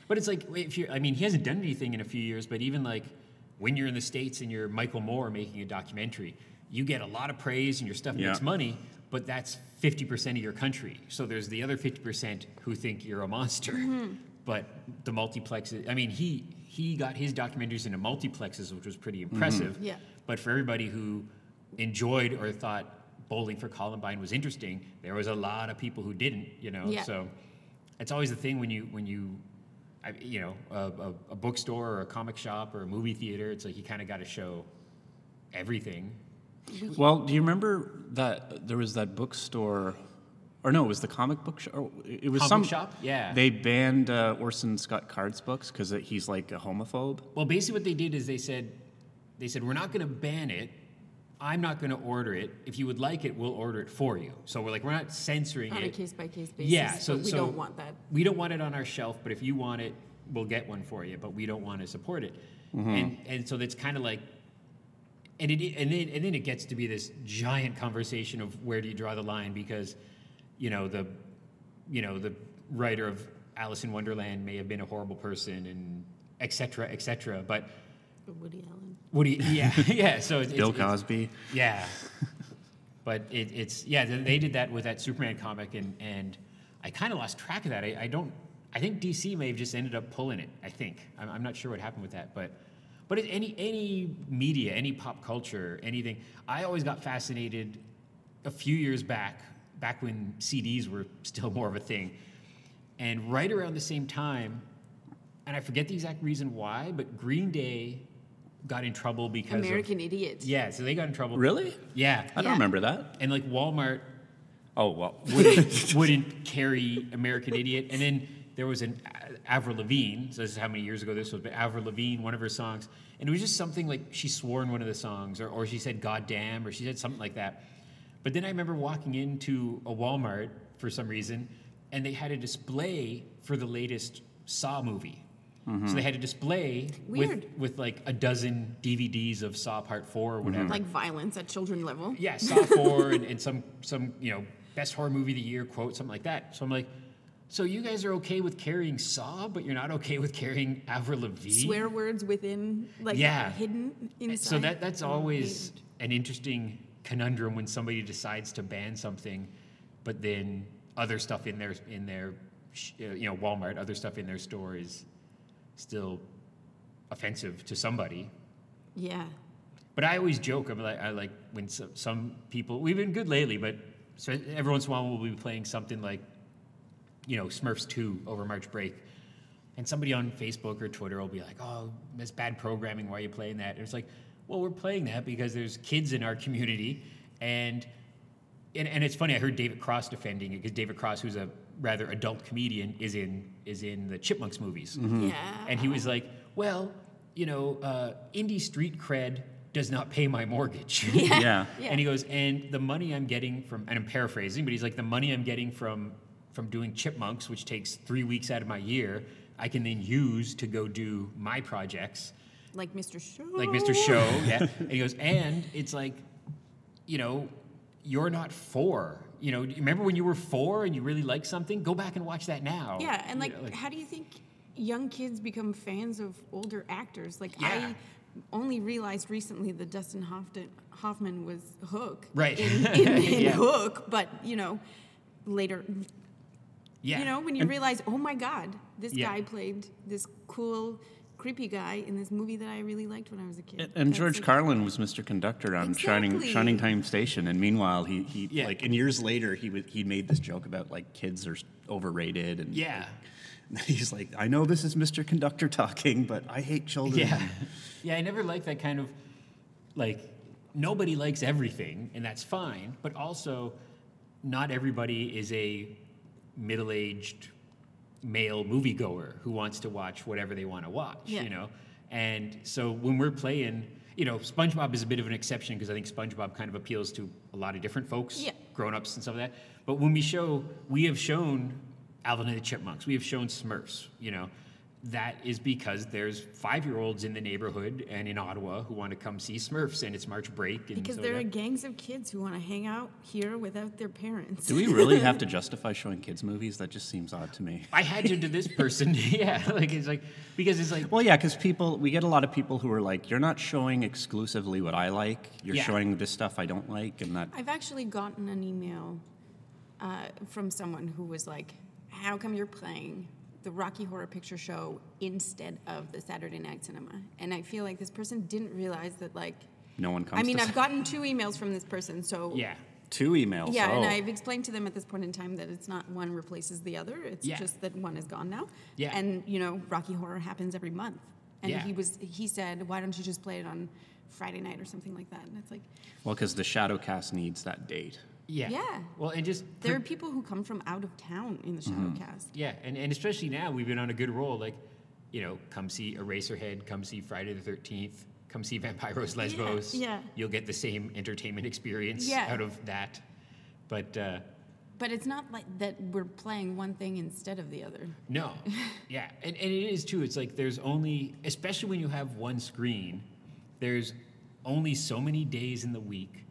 Speaker 1: But it's like if you I mean he hasn't done anything in a few years, but even like when you're in the states and you're Michael Moore making a documentary, you get a lot of praise and your stuff
Speaker 2: Yeah.
Speaker 1: makes money, but that's 50% of your country. So there's the other 50% who think you're a monster. But the multiplexes, I mean he he got his documentaries into multiplexes, which was pretty impressive.
Speaker 3: Yeah.
Speaker 1: But for everybody who enjoyed or thought bowling for Columbine was interesting, there was a lot of people who didn't, you know.
Speaker 3: Yeah.
Speaker 1: So it's always the thing when you when you I, you know a, a, a bookstore or a comic shop or a movie theater it's like you kind of got to show everything
Speaker 2: Well, do you remember that there was that bookstore, or no, it was the comic book shop. It was
Speaker 1: Comic
Speaker 2: some
Speaker 1: shop? Yeah.
Speaker 2: They banned uh, Orson Scott Card's books because he's like a homophobe.
Speaker 1: well basically what they did is they said they said we're not going to ban it i'm not going to order it if you would like it we'll order it for you so we're like we're not censoring
Speaker 3: on a
Speaker 1: it
Speaker 3: case by case basis.
Speaker 1: yeah so
Speaker 3: but we
Speaker 1: so
Speaker 3: don't want that.
Speaker 1: we don't want it on our shelf but if you want it we'll get one for you but we don't want to support it and and so that's kind of like and it and then and then it gets to be this giant conversation of where do you draw the line because you know the you know the writer of Alice in Wonderland may have been a horrible person and et cetera, et cetera. But
Speaker 3: Woody Allen.
Speaker 1: what do you? Yeah, (laughs) yeah. So it's,
Speaker 2: Bill
Speaker 1: it's, it's-
Speaker 2: Cosby.
Speaker 1: yeah. But it, it's yeah, they they did that with that Superman comic, and and I kind of lost track of that. I, I don't. I think DC may have just ended up pulling it. I think I'm, I'm not sure what happened with that, but but it- any any media, any pop culture, anything. I always got fascinated a few years back, back when CDs were still more of a thing, and right around the same time, and I forget the exact reason why, but Green Day got in trouble because of-
Speaker 3: American Idiot.
Speaker 1: yeah, so they got in trouble.
Speaker 2: Really?
Speaker 1: Yeah.
Speaker 2: I don't
Speaker 3: Yeah.
Speaker 2: remember that.
Speaker 1: And like
Speaker 2: (laughs)
Speaker 1: Walmart
Speaker 2: Oh well.
Speaker 1: wouldn't, wouldn't carry American Idiot. And then there was an A- Avril Lavigne. So this is how many years ago this was, but Avril Lavigne, one of her songs, and it was just something like she swore in one of the songs, or, or she said "God damn," or she said something like that. But then I remember walking into a Walmart for some reason, and they had a display for the latest Saw movie.
Speaker 2: Mm-hmm.
Speaker 1: So they had a display with,
Speaker 3: Weird.
Speaker 1: with like a dozen DVDs of Saw Part Four or
Speaker 2: Mm-hmm.
Speaker 1: whatever.
Speaker 3: Like violence at children level.
Speaker 1: yeah, Saw four and, and some some you know best horror movie of the year quote something like that. So I'm like, so you guys are okay with carrying Saw, but you're not okay with carrying Avril Lavigne.
Speaker 3: Swear words within, like
Speaker 1: Yeah.
Speaker 3: hidden inside.
Speaker 1: so that that's
Speaker 3: Oh,
Speaker 1: always an
Speaker 3: weird.
Speaker 1: interesting conundrum when somebody decides to ban something, but then other stuff in their in their sh- uh, you know Walmart, other stuff in their store is still offensive to somebody.
Speaker 3: Yeah.
Speaker 1: But I always joke. I'm like, I like when some, some people. We've been good lately, but so every once in a while we'll be playing something like, you know, Smurfs Two over March break, and somebody on Facebook or Twitter will be like, "Oh, that's bad programming. Why are you playing that?" And it's like, well, we're playing that because there's kids in our community, and and, and it's funny. I heard David Cross defending it because David Cross, who's a rather adult comedian, is in is in the Chipmunks movies.
Speaker 3: Yeah.
Speaker 1: Hmm. And he was like, well, you know, uh, indie street cred does not pay my mortgage. (laughs)
Speaker 2: yeah.
Speaker 3: (laughs) Yeah.
Speaker 1: And he goes, and the money I'm getting from, and I'm paraphrasing, but he's like, the money I'm getting from from doing chipmunks, which takes three weeks out of my year, I can then use to go do my projects,
Speaker 3: like Mr. Show.
Speaker 1: like Mr. Show.
Speaker 3: (laughs)
Speaker 1: Yeah. and he goes, and it's like, you know, you're not four. You know, remember when you were four and you really liked something? Go back and watch that now.
Speaker 3: Yeah, and
Speaker 1: You
Speaker 3: like,
Speaker 1: know,
Speaker 3: how do you think young kids become fans of older actors? Like,
Speaker 1: Yeah.
Speaker 3: I only realized recently that Dustin Hoffman, Hoffman was Hook.
Speaker 1: Right.
Speaker 3: In, in, in
Speaker 1: Yeah.
Speaker 3: Hook, but you know, later,
Speaker 1: yeah.
Speaker 3: you know, when you
Speaker 2: And-
Speaker 3: realize, oh my God, this
Speaker 1: Yeah.
Speaker 3: guy played this cool, creepy guy in this movie that I really liked when I was a kid.
Speaker 2: And, and
Speaker 3: That's
Speaker 2: George
Speaker 3: like-
Speaker 2: Carlin was Mr. Conductor on Shining
Speaker 3: Exactly.
Speaker 2: Shining Time Station, and meanwhile he, he
Speaker 1: Yeah.
Speaker 2: like and years later he would he made this joke about like kids are overrated and
Speaker 1: Yeah.
Speaker 2: like, (laughs) he's like I know this is Mr.
Speaker 1: (laughs)
Speaker 2: Conductor talking, but I hate children.
Speaker 1: Yeah. Yeah, I never liked that kind of like nobody likes everything, and that's fine. But also, not everybody is a middle aged male moviegoer who wants to watch whatever they want to watch,
Speaker 3: Yeah.
Speaker 1: you know? And so when we're playing, you know, SpongeBob is a bit of an exception because I think SpongeBob kind of appeals to a lot of different folks,
Speaker 3: Yeah.
Speaker 1: grown ups and stuff like that. But when we show, we have shown Alvin and the Chipmunks, we have shown Smurfs, you know. That is because there's five year olds in the neighborhood and in Ottawa who want to come see Smurfs and it's March break. And
Speaker 3: Because
Speaker 1: so
Speaker 3: there are
Speaker 1: that-
Speaker 3: gangs of kids who want to hang out here without their parents.
Speaker 2: Do we really have to justify showing kids movies? That just seems odd to me.
Speaker 1: I had to do this person. (laughs) yeah. Like, it's like, because it's like,
Speaker 2: Well, yeah, because people, we get a lot of people who are like, you're not showing exclusively what I like. You're
Speaker 1: Yeah.
Speaker 2: showing this stuff I don't like, and that.
Speaker 3: I've actually gotten an email uh, from someone who was like, "How come you're playing the Rocky Horror Picture Show instead of the Saturday Night Cinema?" And I feel like this person didn't realize that like.
Speaker 2: No one comes.
Speaker 3: I mean,
Speaker 2: to
Speaker 3: I've gotten two emails from this person, so
Speaker 1: yeah.
Speaker 2: (laughs) two emails.
Speaker 3: Yeah, and
Speaker 2: oh.
Speaker 3: I've explained to them at this point in time that it's not one replaces the other. It's
Speaker 1: Yeah.
Speaker 3: just that one is gone now.
Speaker 1: Yeah.
Speaker 3: And you know, Rocky Horror happens every month. And
Speaker 1: Yeah.
Speaker 3: he was he said, Why don't you just play it on Friday night or something like that? And it's like
Speaker 2: Well, because the Shadowcast needs that date.
Speaker 1: Yeah.
Speaker 3: Yeah.
Speaker 1: Well, and just
Speaker 3: there are people who come from out of town in the
Speaker 1: Mm-hmm.
Speaker 3: Shadowcast.
Speaker 1: yeah, and, and especially now we've been on a good roll. Like, you know, come see Eraserhead, come see Friday the Thirteenth, come see (laughs) Vampiros Lesbos.
Speaker 3: yeah.
Speaker 1: You'll get the same entertainment experience
Speaker 3: Yeah.
Speaker 1: out of that. But uh,
Speaker 3: But it's not like that we're playing one thing instead of the other.
Speaker 1: No. Yeah. And, and it is too. It's like there's only, especially when you have one screen, there's only so many days in the week.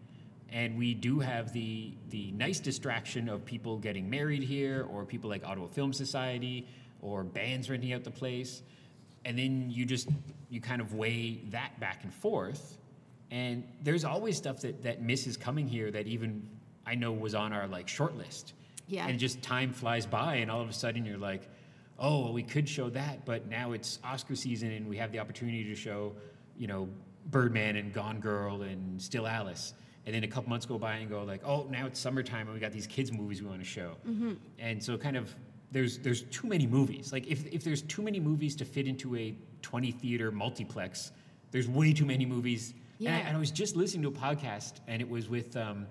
Speaker 1: And we do have the, the nice distraction of people getting married here or people like Ottawa Film Society or bands renting out the place. And then you just, you kind of weigh that back and forth. And there's always stuff that, that misses coming here that even I know was on our like short list.
Speaker 3: Yeah.
Speaker 1: And just time flies by, and all of a sudden you're like, oh, well, we could show that, but now it's Oscar season, and we have the opportunity to show, you know, Birdman and Gone Girl and Still Alice. And then a couple months go by and go like, oh, now it's summertime, and we got these kids movies we want to show.
Speaker 3: Mm-hmm.
Speaker 1: And so kind of there's there's too many movies. Like if if there's too many movies to fit into a 20 theater multiplex, there's way too many movies. And, I,
Speaker 3: Yeah.
Speaker 1: and I was just listening to a podcast, and it was with. Um,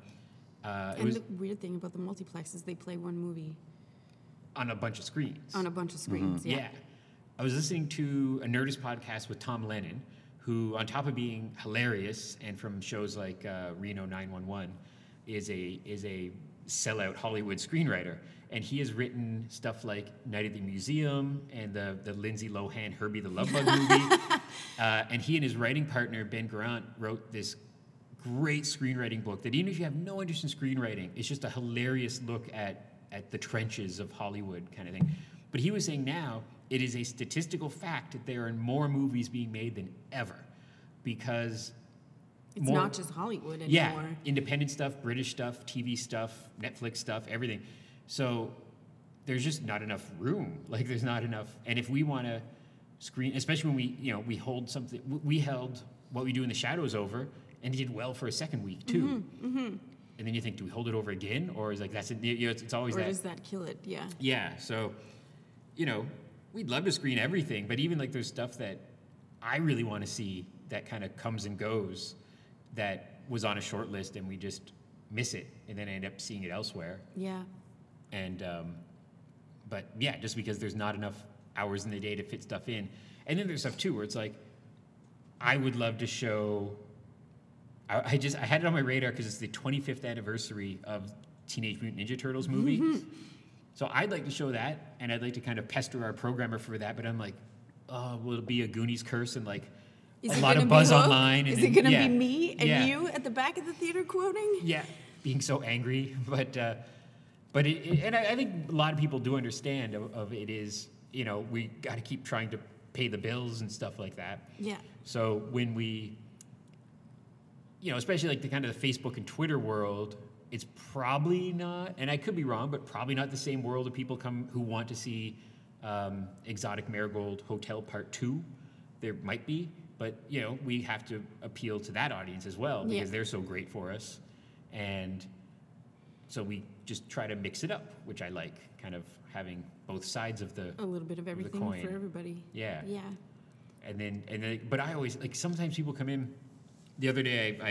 Speaker 1: uh, it
Speaker 3: and
Speaker 1: was
Speaker 3: the weird thing about the multiplex is they play one movie
Speaker 1: on a bunch of screens.
Speaker 3: on a bunch of screens.
Speaker 1: Yeah.
Speaker 3: Yeah.
Speaker 1: I was listening to a Nerdist podcast with Tom Lennon, who, on top of being hilarious and from shows like uh, Reno 911, is a is a sellout Hollywood screenwriter. And he has written stuff like Night at the Museum and the, the Lindsay Lohan Herbie the Love Bug movie. uh, and he and his writing partner, Ben Grant, wrote this great screenwriting book that even if you have no interest in screenwriting, it's just a hilarious look at at the trenches of Hollywood kind of thing. But he was saying now it is a statistical fact that there are more movies being made than ever because
Speaker 3: It's
Speaker 1: More-
Speaker 3: not just Hollywood anymore.
Speaker 1: yeah, independent stuff, British stuff, TV stuff, Netflix stuff, everything. So there's just not enough room. (laughs) Like there's not enough. And if we want to screen, especially when we, you know, we hold something, w- we held what we do in the shadows over, and it did well for a second week too.
Speaker 3: Mm-hmm,
Speaker 1: And then you think, do we hold it over again, or is like that's it? You know, it's, it's always
Speaker 3: Or
Speaker 1: that.
Speaker 3: does that kill it? Yeah.
Speaker 1: Yeah, so you know, we'd love to screen everything, but even like there's stuff that I really want to see that kind of comes and goes that was on a short list and we just miss it and then I end up seeing it elsewhere.
Speaker 3: Yeah.
Speaker 1: And um, but yeah, just because there's not enough hours in the day to fit stuff in. And then there's stuff too where it's like I would love to show I, I just I had it on my radar because it's the 25th anniversary of Teenage Mutant Ninja Turtles movie.
Speaker 3: Mm-hmm.
Speaker 1: So I'd like to show that, and I'd like to kind of pester our programmer for that. But I'm like, oh, will it be a Goonies curse and like
Speaker 3: Is
Speaker 1: a
Speaker 3: it
Speaker 1: lot
Speaker 3: gonna
Speaker 1: of
Speaker 3: be
Speaker 1: buzz
Speaker 3: Hook?
Speaker 1: online?
Speaker 3: Is
Speaker 1: and
Speaker 3: it
Speaker 1: then-
Speaker 3: going to
Speaker 1: yeah,
Speaker 3: be me and
Speaker 1: yeah,
Speaker 3: you at the back of the theater quoting?
Speaker 1: Yeah, being so angry, (laughs) but uh, but it, it- and I, I think a lot of people do understand of, of it is you know we got to keep trying to pay the bills and stuff like that.
Speaker 3: Yeah.
Speaker 1: So when we, you know, especially like the kind of the Facebook and Twitter world, it's probably not, and I could be wrong, but probably not the same world of people come who want to see um, Exotic Marigold Hotel Part Two. There might be, but you know, we have to appeal to that audience as well because
Speaker 3: Yeah.
Speaker 1: they're so great for us, and so we just try to mix it up, which I like, kind of having both sides of the
Speaker 3: A little bit of everything
Speaker 1: coin.
Speaker 3: for everybody.
Speaker 1: yeah
Speaker 3: Yeah.
Speaker 1: and then and then but I always like sometimes people come in. The other day I,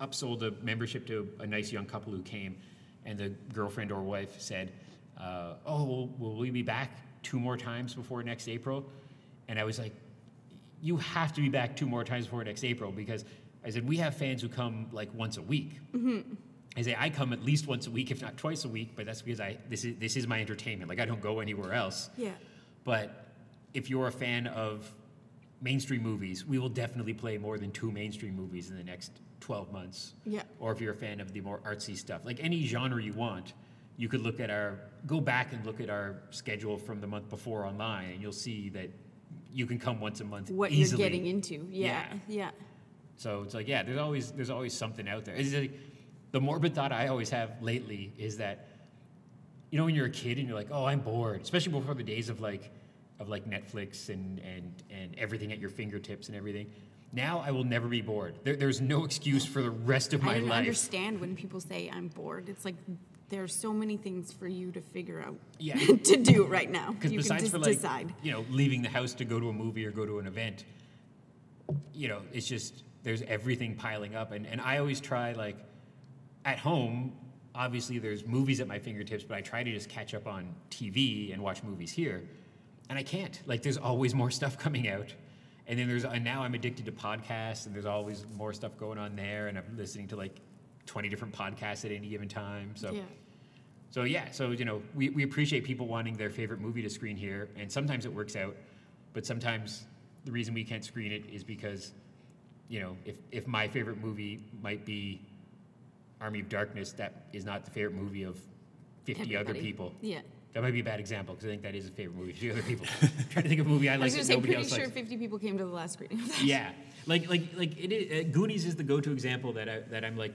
Speaker 1: I upsold a membership to a nice young couple who came, and the girlfriend or wife said, uh, "Oh, will, will we be back two more times before next April?" And I was like, "You have to be back two more times before next April because." I said, we have fans who come like once a week. I say I come at least once a week, if not twice a week, but that's because I this is this is my entertainment. Like I don't go anywhere else.
Speaker 3: Yeah.
Speaker 1: But if you're a fan of mainstream movies, we will definitely play more than two mainstream movies in the next 12 months.
Speaker 3: Yeah.
Speaker 1: Or if you're a fan of the more artsy stuff, like any genre you want, you could look at our go back and look at our schedule from the month before online, and you'll see that you can come once a month
Speaker 3: What
Speaker 1: easily.
Speaker 3: you're getting into. Yeah.
Speaker 1: Yeah.
Speaker 3: Yeah.
Speaker 1: So it's like, yeah, there's always there's always something out there. It's like, the morbid thought I always have lately is that, you know, when you're a kid and you're like, oh, I'm bored, especially before the days of like, of like Netflix and and and everything at your fingertips and everything. Now I will never be bored. There, there's no excuse for the rest of
Speaker 3: I
Speaker 1: my
Speaker 3: don't
Speaker 1: life.
Speaker 3: understand when people say I'm bored. It's like there are so many things for you to figure out
Speaker 1: Yeah.
Speaker 3: (laughs) to do right now.
Speaker 1: Because
Speaker 3: you
Speaker 1: besides
Speaker 3: can just
Speaker 1: for like
Speaker 3: decide.
Speaker 1: you know leaving the house to go to a movie or go to an event, you know it's just there's everything piling up, and and I always try like at home. Obviously, there's movies at my fingertips, but I try to just catch up on TV and watch movies here, and I can't. Like there's always more (laughs) stuff coming out. And then there's and now I'm addicted to podcasts, and there's always more stuff going on there, and I'm listening to like 20 different podcasts at any given time. So
Speaker 3: Yeah.
Speaker 1: so yeah, so you know, we, we appreciate people wanting their favorite movie to screen here, and sometimes it works out, but sometimes the reason we can't screen it is because, you know, if if my favorite movie might be Army of Darkness, that is not the favorite movie of fifty other
Speaker 3: Everybody.
Speaker 1: people.
Speaker 3: Yeah.
Speaker 1: That might be a bad example because I think that is a favorite movie to other people. (laughs) trying to think of a movie I
Speaker 3: I was
Speaker 1: like that
Speaker 3: going to say,
Speaker 1: nobody
Speaker 3: pretty
Speaker 1: else
Speaker 3: sure
Speaker 1: likes.
Speaker 3: 50 people came to the last screening. (laughs)
Speaker 1: Yeah, like like like it is, uh, Goonies is the go-to example that I, that I'm like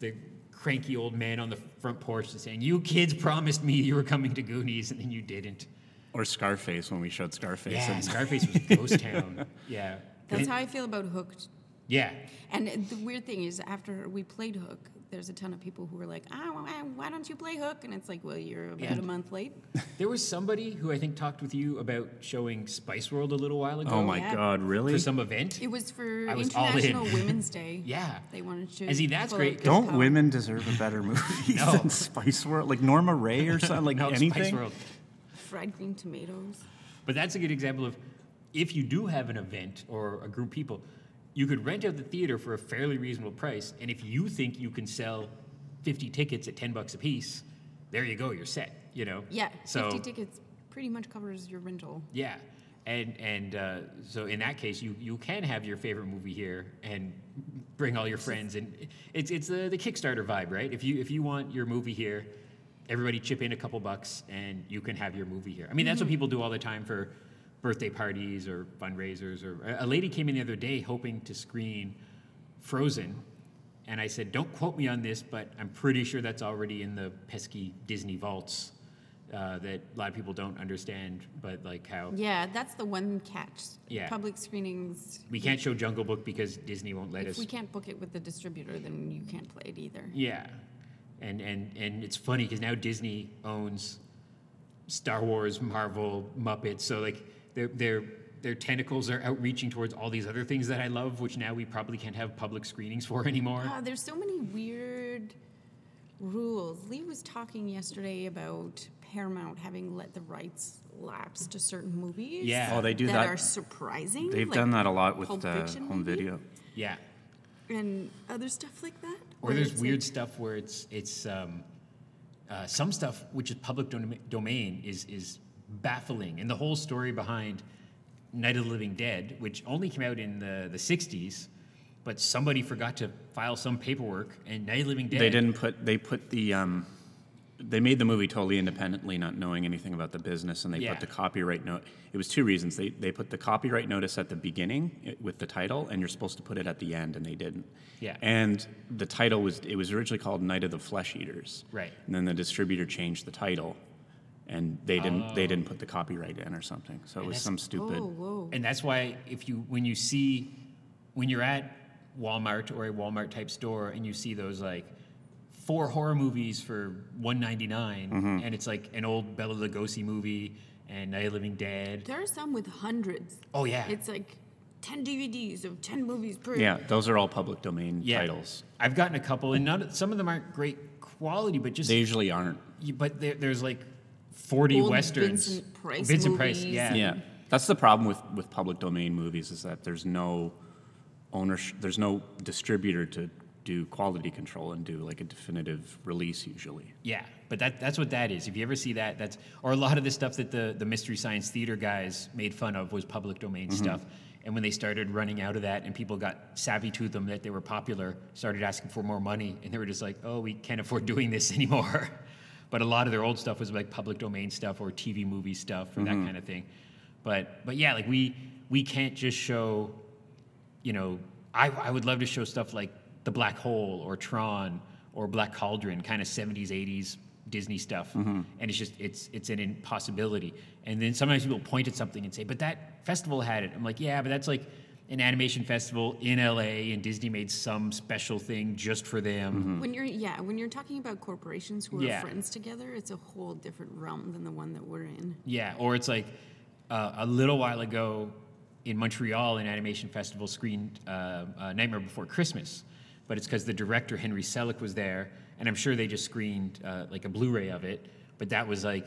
Speaker 1: the cranky old man on the front porch and saying, "You kids promised me you were coming to Goonies, and then you didn't."
Speaker 2: Or Scarface when we showed Scarface.
Speaker 1: Yeah,
Speaker 2: and-
Speaker 1: Scarface was
Speaker 2: (laughs)
Speaker 1: ghost town. Yeah,
Speaker 3: That's
Speaker 1: And-
Speaker 3: how I feel about Hooked.
Speaker 1: Yeah,
Speaker 3: And the weird thing is, after we played Hook, there's a ton of people who were like, ah, why- why- why don't you play Hook? And it's like, well, you're about
Speaker 1: Yeah.
Speaker 3: a month late.
Speaker 1: there was somebody who I think talked with you about showing Spice World a little while ago.
Speaker 2: oh my
Speaker 3: yeah.
Speaker 2: God, really?
Speaker 1: For some event.
Speaker 3: It was for
Speaker 1: I was all in.
Speaker 3: International Women's Day.
Speaker 1: (laughs) Yeah.
Speaker 3: They wanted to.
Speaker 1: And see, that's
Speaker 3: pull
Speaker 1: great, 'cause
Speaker 3: out this
Speaker 2: Don't
Speaker 3: power.
Speaker 2: women deserve a better movie
Speaker 1: No.
Speaker 2: than Spice World? Like Norma Ray or something? Like
Speaker 1: (laughs) No,
Speaker 2: anything?
Speaker 1: Spice World.
Speaker 3: Fried green tomatoes.
Speaker 1: But that's a good example of if you do have an event or a group of people, you could rent out the theater for a fairly reasonable price. And if you think you can sell 50 tickets at 10 bucks a piece, there you go, you're set, you know?
Speaker 3: Yeah.
Speaker 1: So,
Speaker 3: 50 tickets pretty much covers your rental.
Speaker 1: yeah. And, and uh, so in that case, you, you can have your favorite movie here and bring all your friends. And it's, it's the, the Kickstarter vibe, right? If you, if you want your movie here, everybody chip in a couple bucks and you can have your movie here. I mean, that's what people do all the time for birthday parties or fundraisers. Or a- a lady came in the other day hoping to screen Frozen, and I said, "Don't quote me on this, but I'm pretty sure that's already in the pesky Disney vaults." Uh, that a lot of people don't understand, but like how
Speaker 3: Yeah, that's the one catch.
Speaker 1: Yeah.
Speaker 3: Public screenings.
Speaker 1: we can't show Jungle Book because Disney won't let
Speaker 3: If
Speaker 1: us.
Speaker 3: we can't book it with the distributor, then you can't play it either.
Speaker 1: Yeah, and and and it's funny because now Disney owns Star Wars, Marvel, Muppets. So like their their their tentacles are outreaching towards all these other things that I love, which now we probably can't have public screenings for anymore.
Speaker 3: Ah, there's so many weird rules. Lee was talking yesterday about Paramount having let the rights lapse to certain movies.
Speaker 1: Yeah.
Speaker 2: Oh, they do
Speaker 3: that,
Speaker 2: that.
Speaker 3: are surprising.
Speaker 2: They've
Speaker 3: like
Speaker 2: done that a lot with
Speaker 3: Pulp
Speaker 2: uh,
Speaker 3: Fiction
Speaker 2: home
Speaker 3: maybe?
Speaker 2: video.
Speaker 1: yeah,
Speaker 3: and other stuff like that.
Speaker 1: or
Speaker 3: where
Speaker 1: there's
Speaker 3: it's
Speaker 1: weird
Speaker 3: like-
Speaker 1: stuff where it's it's um, uh, some stuff which is public dom- domain is is baffling, and the whole story behind Night of the Living Dead, which only came out in the the '60s. But somebody forgot to file some paperwork, and Night of the Living Dead.
Speaker 2: They didn't put. They put the. Um, they made the movie totally independently, not knowing anything about the business, and they
Speaker 1: Yeah.
Speaker 2: put the copyright note. It was two reasons. They they put the copyright notice at the beginning i- with the title, and you're supposed to put it at the end, and they didn't.
Speaker 1: Yeah.
Speaker 2: And the title was it was originally called Night of the Flesh Eaters.
Speaker 1: Right.
Speaker 2: And then the distributor changed the title, and they didn't they didn't put the copyright in or something. So it was
Speaker 1: that's-
Speaker 2: some stupid.
Speaker 3: Whoa, whoa.
Speaker 1: And that's why if you when you see when you're at Walmart or a Walmart type store and you see those like four horror movies for 199
Speaker 2: Mm-hmm.
Speaker 1: and it's like an old Bella Lugosi movie and Night of the Living Dead.
Speaker 3: There are some with hundreds.
Speaker 1: Oh yeah.
Speaker 3: It's like 10 DVDs of 10 movies per
Speaker 2: Yeah, those are all public domain
Speaker 1: Yeah.
Speaker 2: titles.
Speaker 1: I've gotten a couple, and none, some of them aren't great quality, but just
Speaker 2: They usually aren't.
Speaker 1: you- but there, there's like 40
Speaker 3: Old
Speaker 1: westerns.
Speaker 3: Vincent Price
Speaker 1: Vincent Price,
Speaker 3: movies.
Speaker 1: yeah.
Speaker 2: Yeah, that's the problem with with public domain movies is that there's no ownership, there's no distributor to do quality control and do like a definitive release usually.
Speaker 1: Yeah, but that, that's what that is. If you ever see that, that's or a lot of the stuff that the the mystery science theater guys made fun of was public domain stuff. And when they started running out of that, and people got savvy to them that they were popular, started asking for more money, and they were just like, "Oh, we can't afford doing this (laughs) anymore." but a lot of their old stuff was like public domain stuff or TV movie stuff or that kind of thing. But but yeah, like we we can't just show you know, I, I would love to show stuff like The Black Hole or Tron or Black Cauldron, kind of 70s, 80s Disney stuff. And it's just, it's, it's an impossibility. And then sometimes people point at something and say, but that festival had it. I'm like, yeah, but that's like an animation festival in LA and Disney made some special thing just for them.
Speaker 3: when you're yeah when you're talking about corporations who are
Speaker 1: Mm-hmm. Yeah.
Speaker 3: friends together it's a whole different realm than the one that we're in
Speaker 1: Yeah, or it's like uh, a little while ago in Montreal, an animation festival screened uh, uh, Nightmare Before Christmas, but it's because the director Henry Selick was there, and I'm sure they just screened uh, like a Blu-ray of it. But that was like,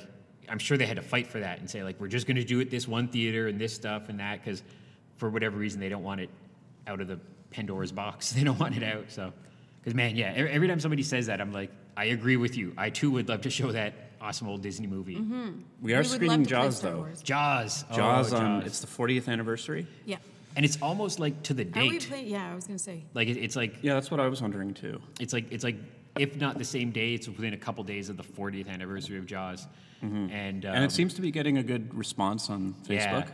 Speaker 1: I'm sure they had to fight for that and say like, we're just going to do it this one theater and this stuff and that because for whatever reason they don't want it out of the Pandora's box. (laughs) They don't want it out. So, because man, yeah, every, every time somebody says that, I'm like, I agree with you. I too would love to show that awesome old Disney movie.
Speaker 2: We are
Speaker 3: We would love
Speaker 2: screening
Speaker 3: to play
Speaker 2: Jaws
Speaker 3: Star
Speaker 2: though.
Speaker 3: Wars.
Speaker 1: Jaws. Oh,
Speaker 2: Jaws on
Speaker 1: Jaws.
Speaker 2: it's the 40th anniversary.
Speaker 3: yeah
Speaker 1: and it's almost like to the
Speaker 3: are we
Speaker 1: date.
Speaker 3: playing yeah i was gonna say
Speaker 1: Like it, it's like
Speaker 2: Yeah, that's what I was wondering too.
Speaker 1: it's like it's like if not the same day, it's within a couple days of the 40th anniversary of Jaws. And um,
Speaker 2: Mm-hmm. and it seems to be getting a good response on
Speaker 1: yeah.
Speaker 2: Facebook.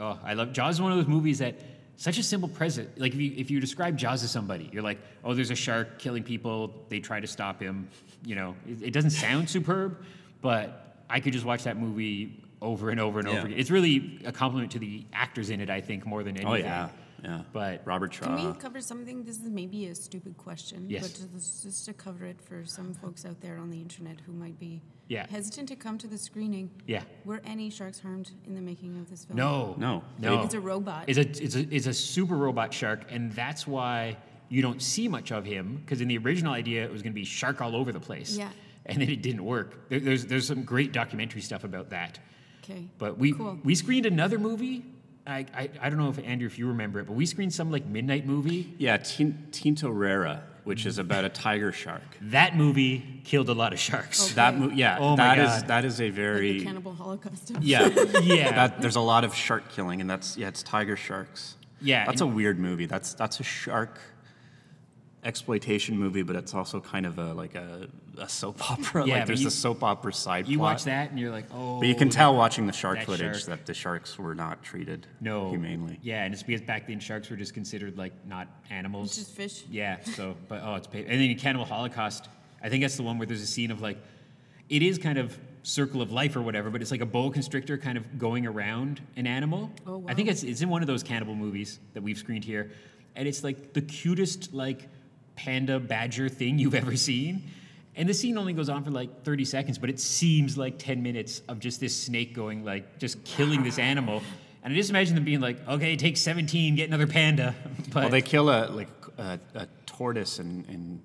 Speaker 1: Oh, I love Jaws. Is one of those movies that such a simple present. Like if you if you describe Jaws to somebody, you're like, oh, there's a shark killing people. They try to stop him. You know, it, it doesn't
Speaker 2: (laughs)
Speaker 1: sound superb, but I could just watch that movie over and over and
Speaker 2: Yeah.
Speaker 1: over again. It's really a compliment to the actors in it, I think, more than anything.
Speaker 2: Oh yeah, yeah.
Speaker 1: But
Speaker 2: Robert
Speaker 3: can
Speaker 2: Shaw.
Speaker 3: we cover something this is maybe a stupid question
Speaker 1: Uh. Yes.
Speaker 3: but just, just to cover it for some folks out there on the internet who might be
Speaker 1: Yeah.
Speaker 3: hesitant to come to the screening
Speaker 1: Yeah.
Speaker 3: were any sharks harmed in the making of this film
Speaker 1: No.
Speaker 2: No.
Speaker 1: No.
Speaker 3: It's a robot.
Speaker 1: It's a, it's a, it's a super robot shark, and that's why you don't see much of him, because in the original idea, it was going to be shark all over the place.
Speaker 3: Yeah.
Speaker 1: And then it didn't work. There, there's, there's some great documentary stuff about that.
Speaker 3: okay
Speaker 1: But we,
Speaker 3: Cool.
Speaker 1: we screened another movie. I, I, I don't know if, Andrew, if you remember it, but we screened some like midnight movie.
Speaker 2: Yeah, Tin- Tintorera, which is about a tiger shark.
Speaker 1: That movie killed a lot of sharks.
Speaker 2: That mo- yeah,
Speaker 1: Oh my
Speaker 2: that is-
Speaker 1: God.
Speaker 2: that is a
Speaker 3: like
Speaker 2: very
Speaker 3: the cannibal holocaust (laughs)
Speaker 2: yeah.
Speaker 3: Oh.
Speaker 1: (laughs) yeah.
Speaker 2: (laughs) That, there's a lot of shark killing, and that's yeah, it's tiger sharks.
Speaker 1: Yeah,
Speaker 2: that's
Speaker 1: and-
Speaker 2: a weird movie. That's that's a shark exploitation movie, but it's also kind of a like a, a soap (laughs) opera.
Speaker 1: Yeah,
Speaker 2: like
Speaker 1: but
Speaker 2: there's
Speaker 1: you-
Speaker 2: a soap opera side.
Speaker 1: you
Speaker 2: plot.
Speaker 1: watch that, and you're like, oh.
Speaker 2: but you can tell watching the shark
Speaker 1: that
Speaker 2: footage
Speaker 1: shark.
Speaker 2: that the sharks were not treated
Speaker 1: No.
Speaker 2: humanely.
Speaker 1: Yeah, and it's because back then sharks were just considered like not animals.
Speaker 3: It's just fish.
Speaker 1: Yeah. So, but oh, it's pa- and then in Cannibal Holocaust, I think that's the one where there's a scene of like, it is kind of circle of life or whatever, but it's like a boa constrictor kind of going around an animal.
Speaker 3: Oh, wow.
Speaker 1: I think it's it's in one of those cannibal movies that we've screened here, and it's like the cutest like panda badger thing you've ever seen. And the scene only goes on for like 30 seconds, but it seems like 10 minutes of just this snake going like just killing
Speaker 3: (laughs)
Speaker 1: this animal. And I just imagine them being like, "Okay, take 17, get another panda." (laughs) But
Speaker 2: Well, they kill a like a, a tortoise in, in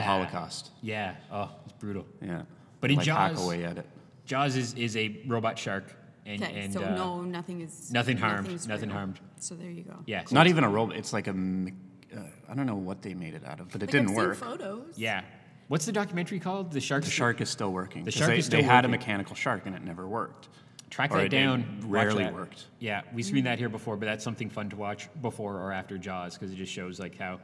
Speaker 1: Yeah.
Speaker 2: Holocaust.
Speaker 1: Yeah. Oh, it's brutal.
Speaker 2: Yeah,
Speaker 1: But in
Speaker 2: like hack
Speaker 1: Jaws-
Speaker 2: away at it.
Speaker 1: Jaws is, is a robot shark, and,
Speaker 3: okay
Speaker 1: and
Speaker 3: so
Speaker 1: uh,
Speaker 3: no nothing is
Speaker 1: nothing harmed,
Speaker 3: is
Speaker 1: nothing
Speaker 3: real.
Speaker 1: harmed.
Speaker 3: so there you go
Speaker 1: yeah,
Speaker 2: Not even a robot. It's like a. me- Uh, I don't know what they made it out of, but it
Speaker 3: Like,
Speaker 2: didn't
Speaker 3: I've
Speaker 2: work.
Speaker 3: Seen photos.
Speaker 1: yeah. What's the documentary called? The shark.
Speaker 2: The shark is still working.
Speaker 1: The
Speaker 2: 'cause
Speaker 1: shark
Speaker 2: they,
Speaker 1: is
Speaker 2: They
Speaker 1: still
Speaker 2: had a
Speaker 1: working.
Speaker 2: mechanical shark and it never worked.
Speaker 1: Track
Speaker 2: or
Speaker 1: that
Speaker 2: it-
Speaker 1: down.
Speaker 2: it
Speaker 1: watch
Speaker 2: rarely
Speaker 1: that.
Speaker 2: worked.
Speaker 1: Yeah, we screened that here before, but that's something fun to watch before or after Jaws because it just shows like how.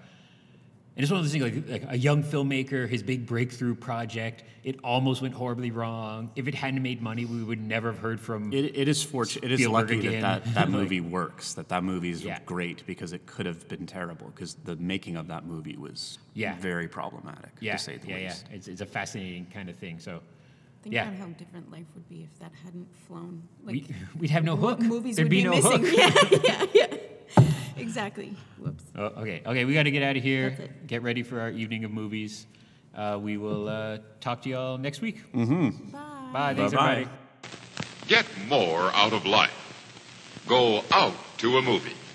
Speaker 1: And it's one of those things like, like a young filmmaker, his big breakthrough project. It almost went horribly wrong. If it hadn't made money, we would never have heard from.
Speaker 2: It, it is fortunate. It is
Speaker 1: Spielberg
Speaker 2: lucky
Speaker 1: again.
Speaker 2: that that, that (laughs)
Speaker 1: Like-
Speaker 2: movie works. That that movie is
Speaker 1: Yeah.
Speaker 2: great because it could have been terrible because the making of that movie was
Speaker 1: Yeah.
Speaker 2: very problematic
Speaker 1: yeah,
Speaker 2: to say the
Speaker 1: yeah,
Speaker 2: least.
Speaker 1: yeah. It's, it's a fascinating kind of thing. So,
Speaker 3: Think
Speaker 1: Yeah.
Speaker 3: about how different life would be if that hadn't flown. Like
Speaker 1: we, (laughs) we'd have no hook.
Speaker 3: movies
Speaker 1: There'd
Speaker 3: would
Speaker 1: be,
Speaker 3: be,
Speaker 1: no
Speaker 3: missing. (laughs)
Speaker 1: hook.
Speaker 3: Yeah, yeah, yeah. Exactly. Whoops.
Speaker 1: Oh, okay, okay, we got to get out of here.
Speaker 3: That's it.
Speaker 1: Get ready for our evening of movies. Uh, we will uh, talk to y'all next week.
Speaker 3: Mm. Bye.
Speaker 1: Bye. Thanks,
Speaker 2: Bye-bye.
Speaker 1: everybody.
Speaker 4: Get more out of life. Go out to a movie.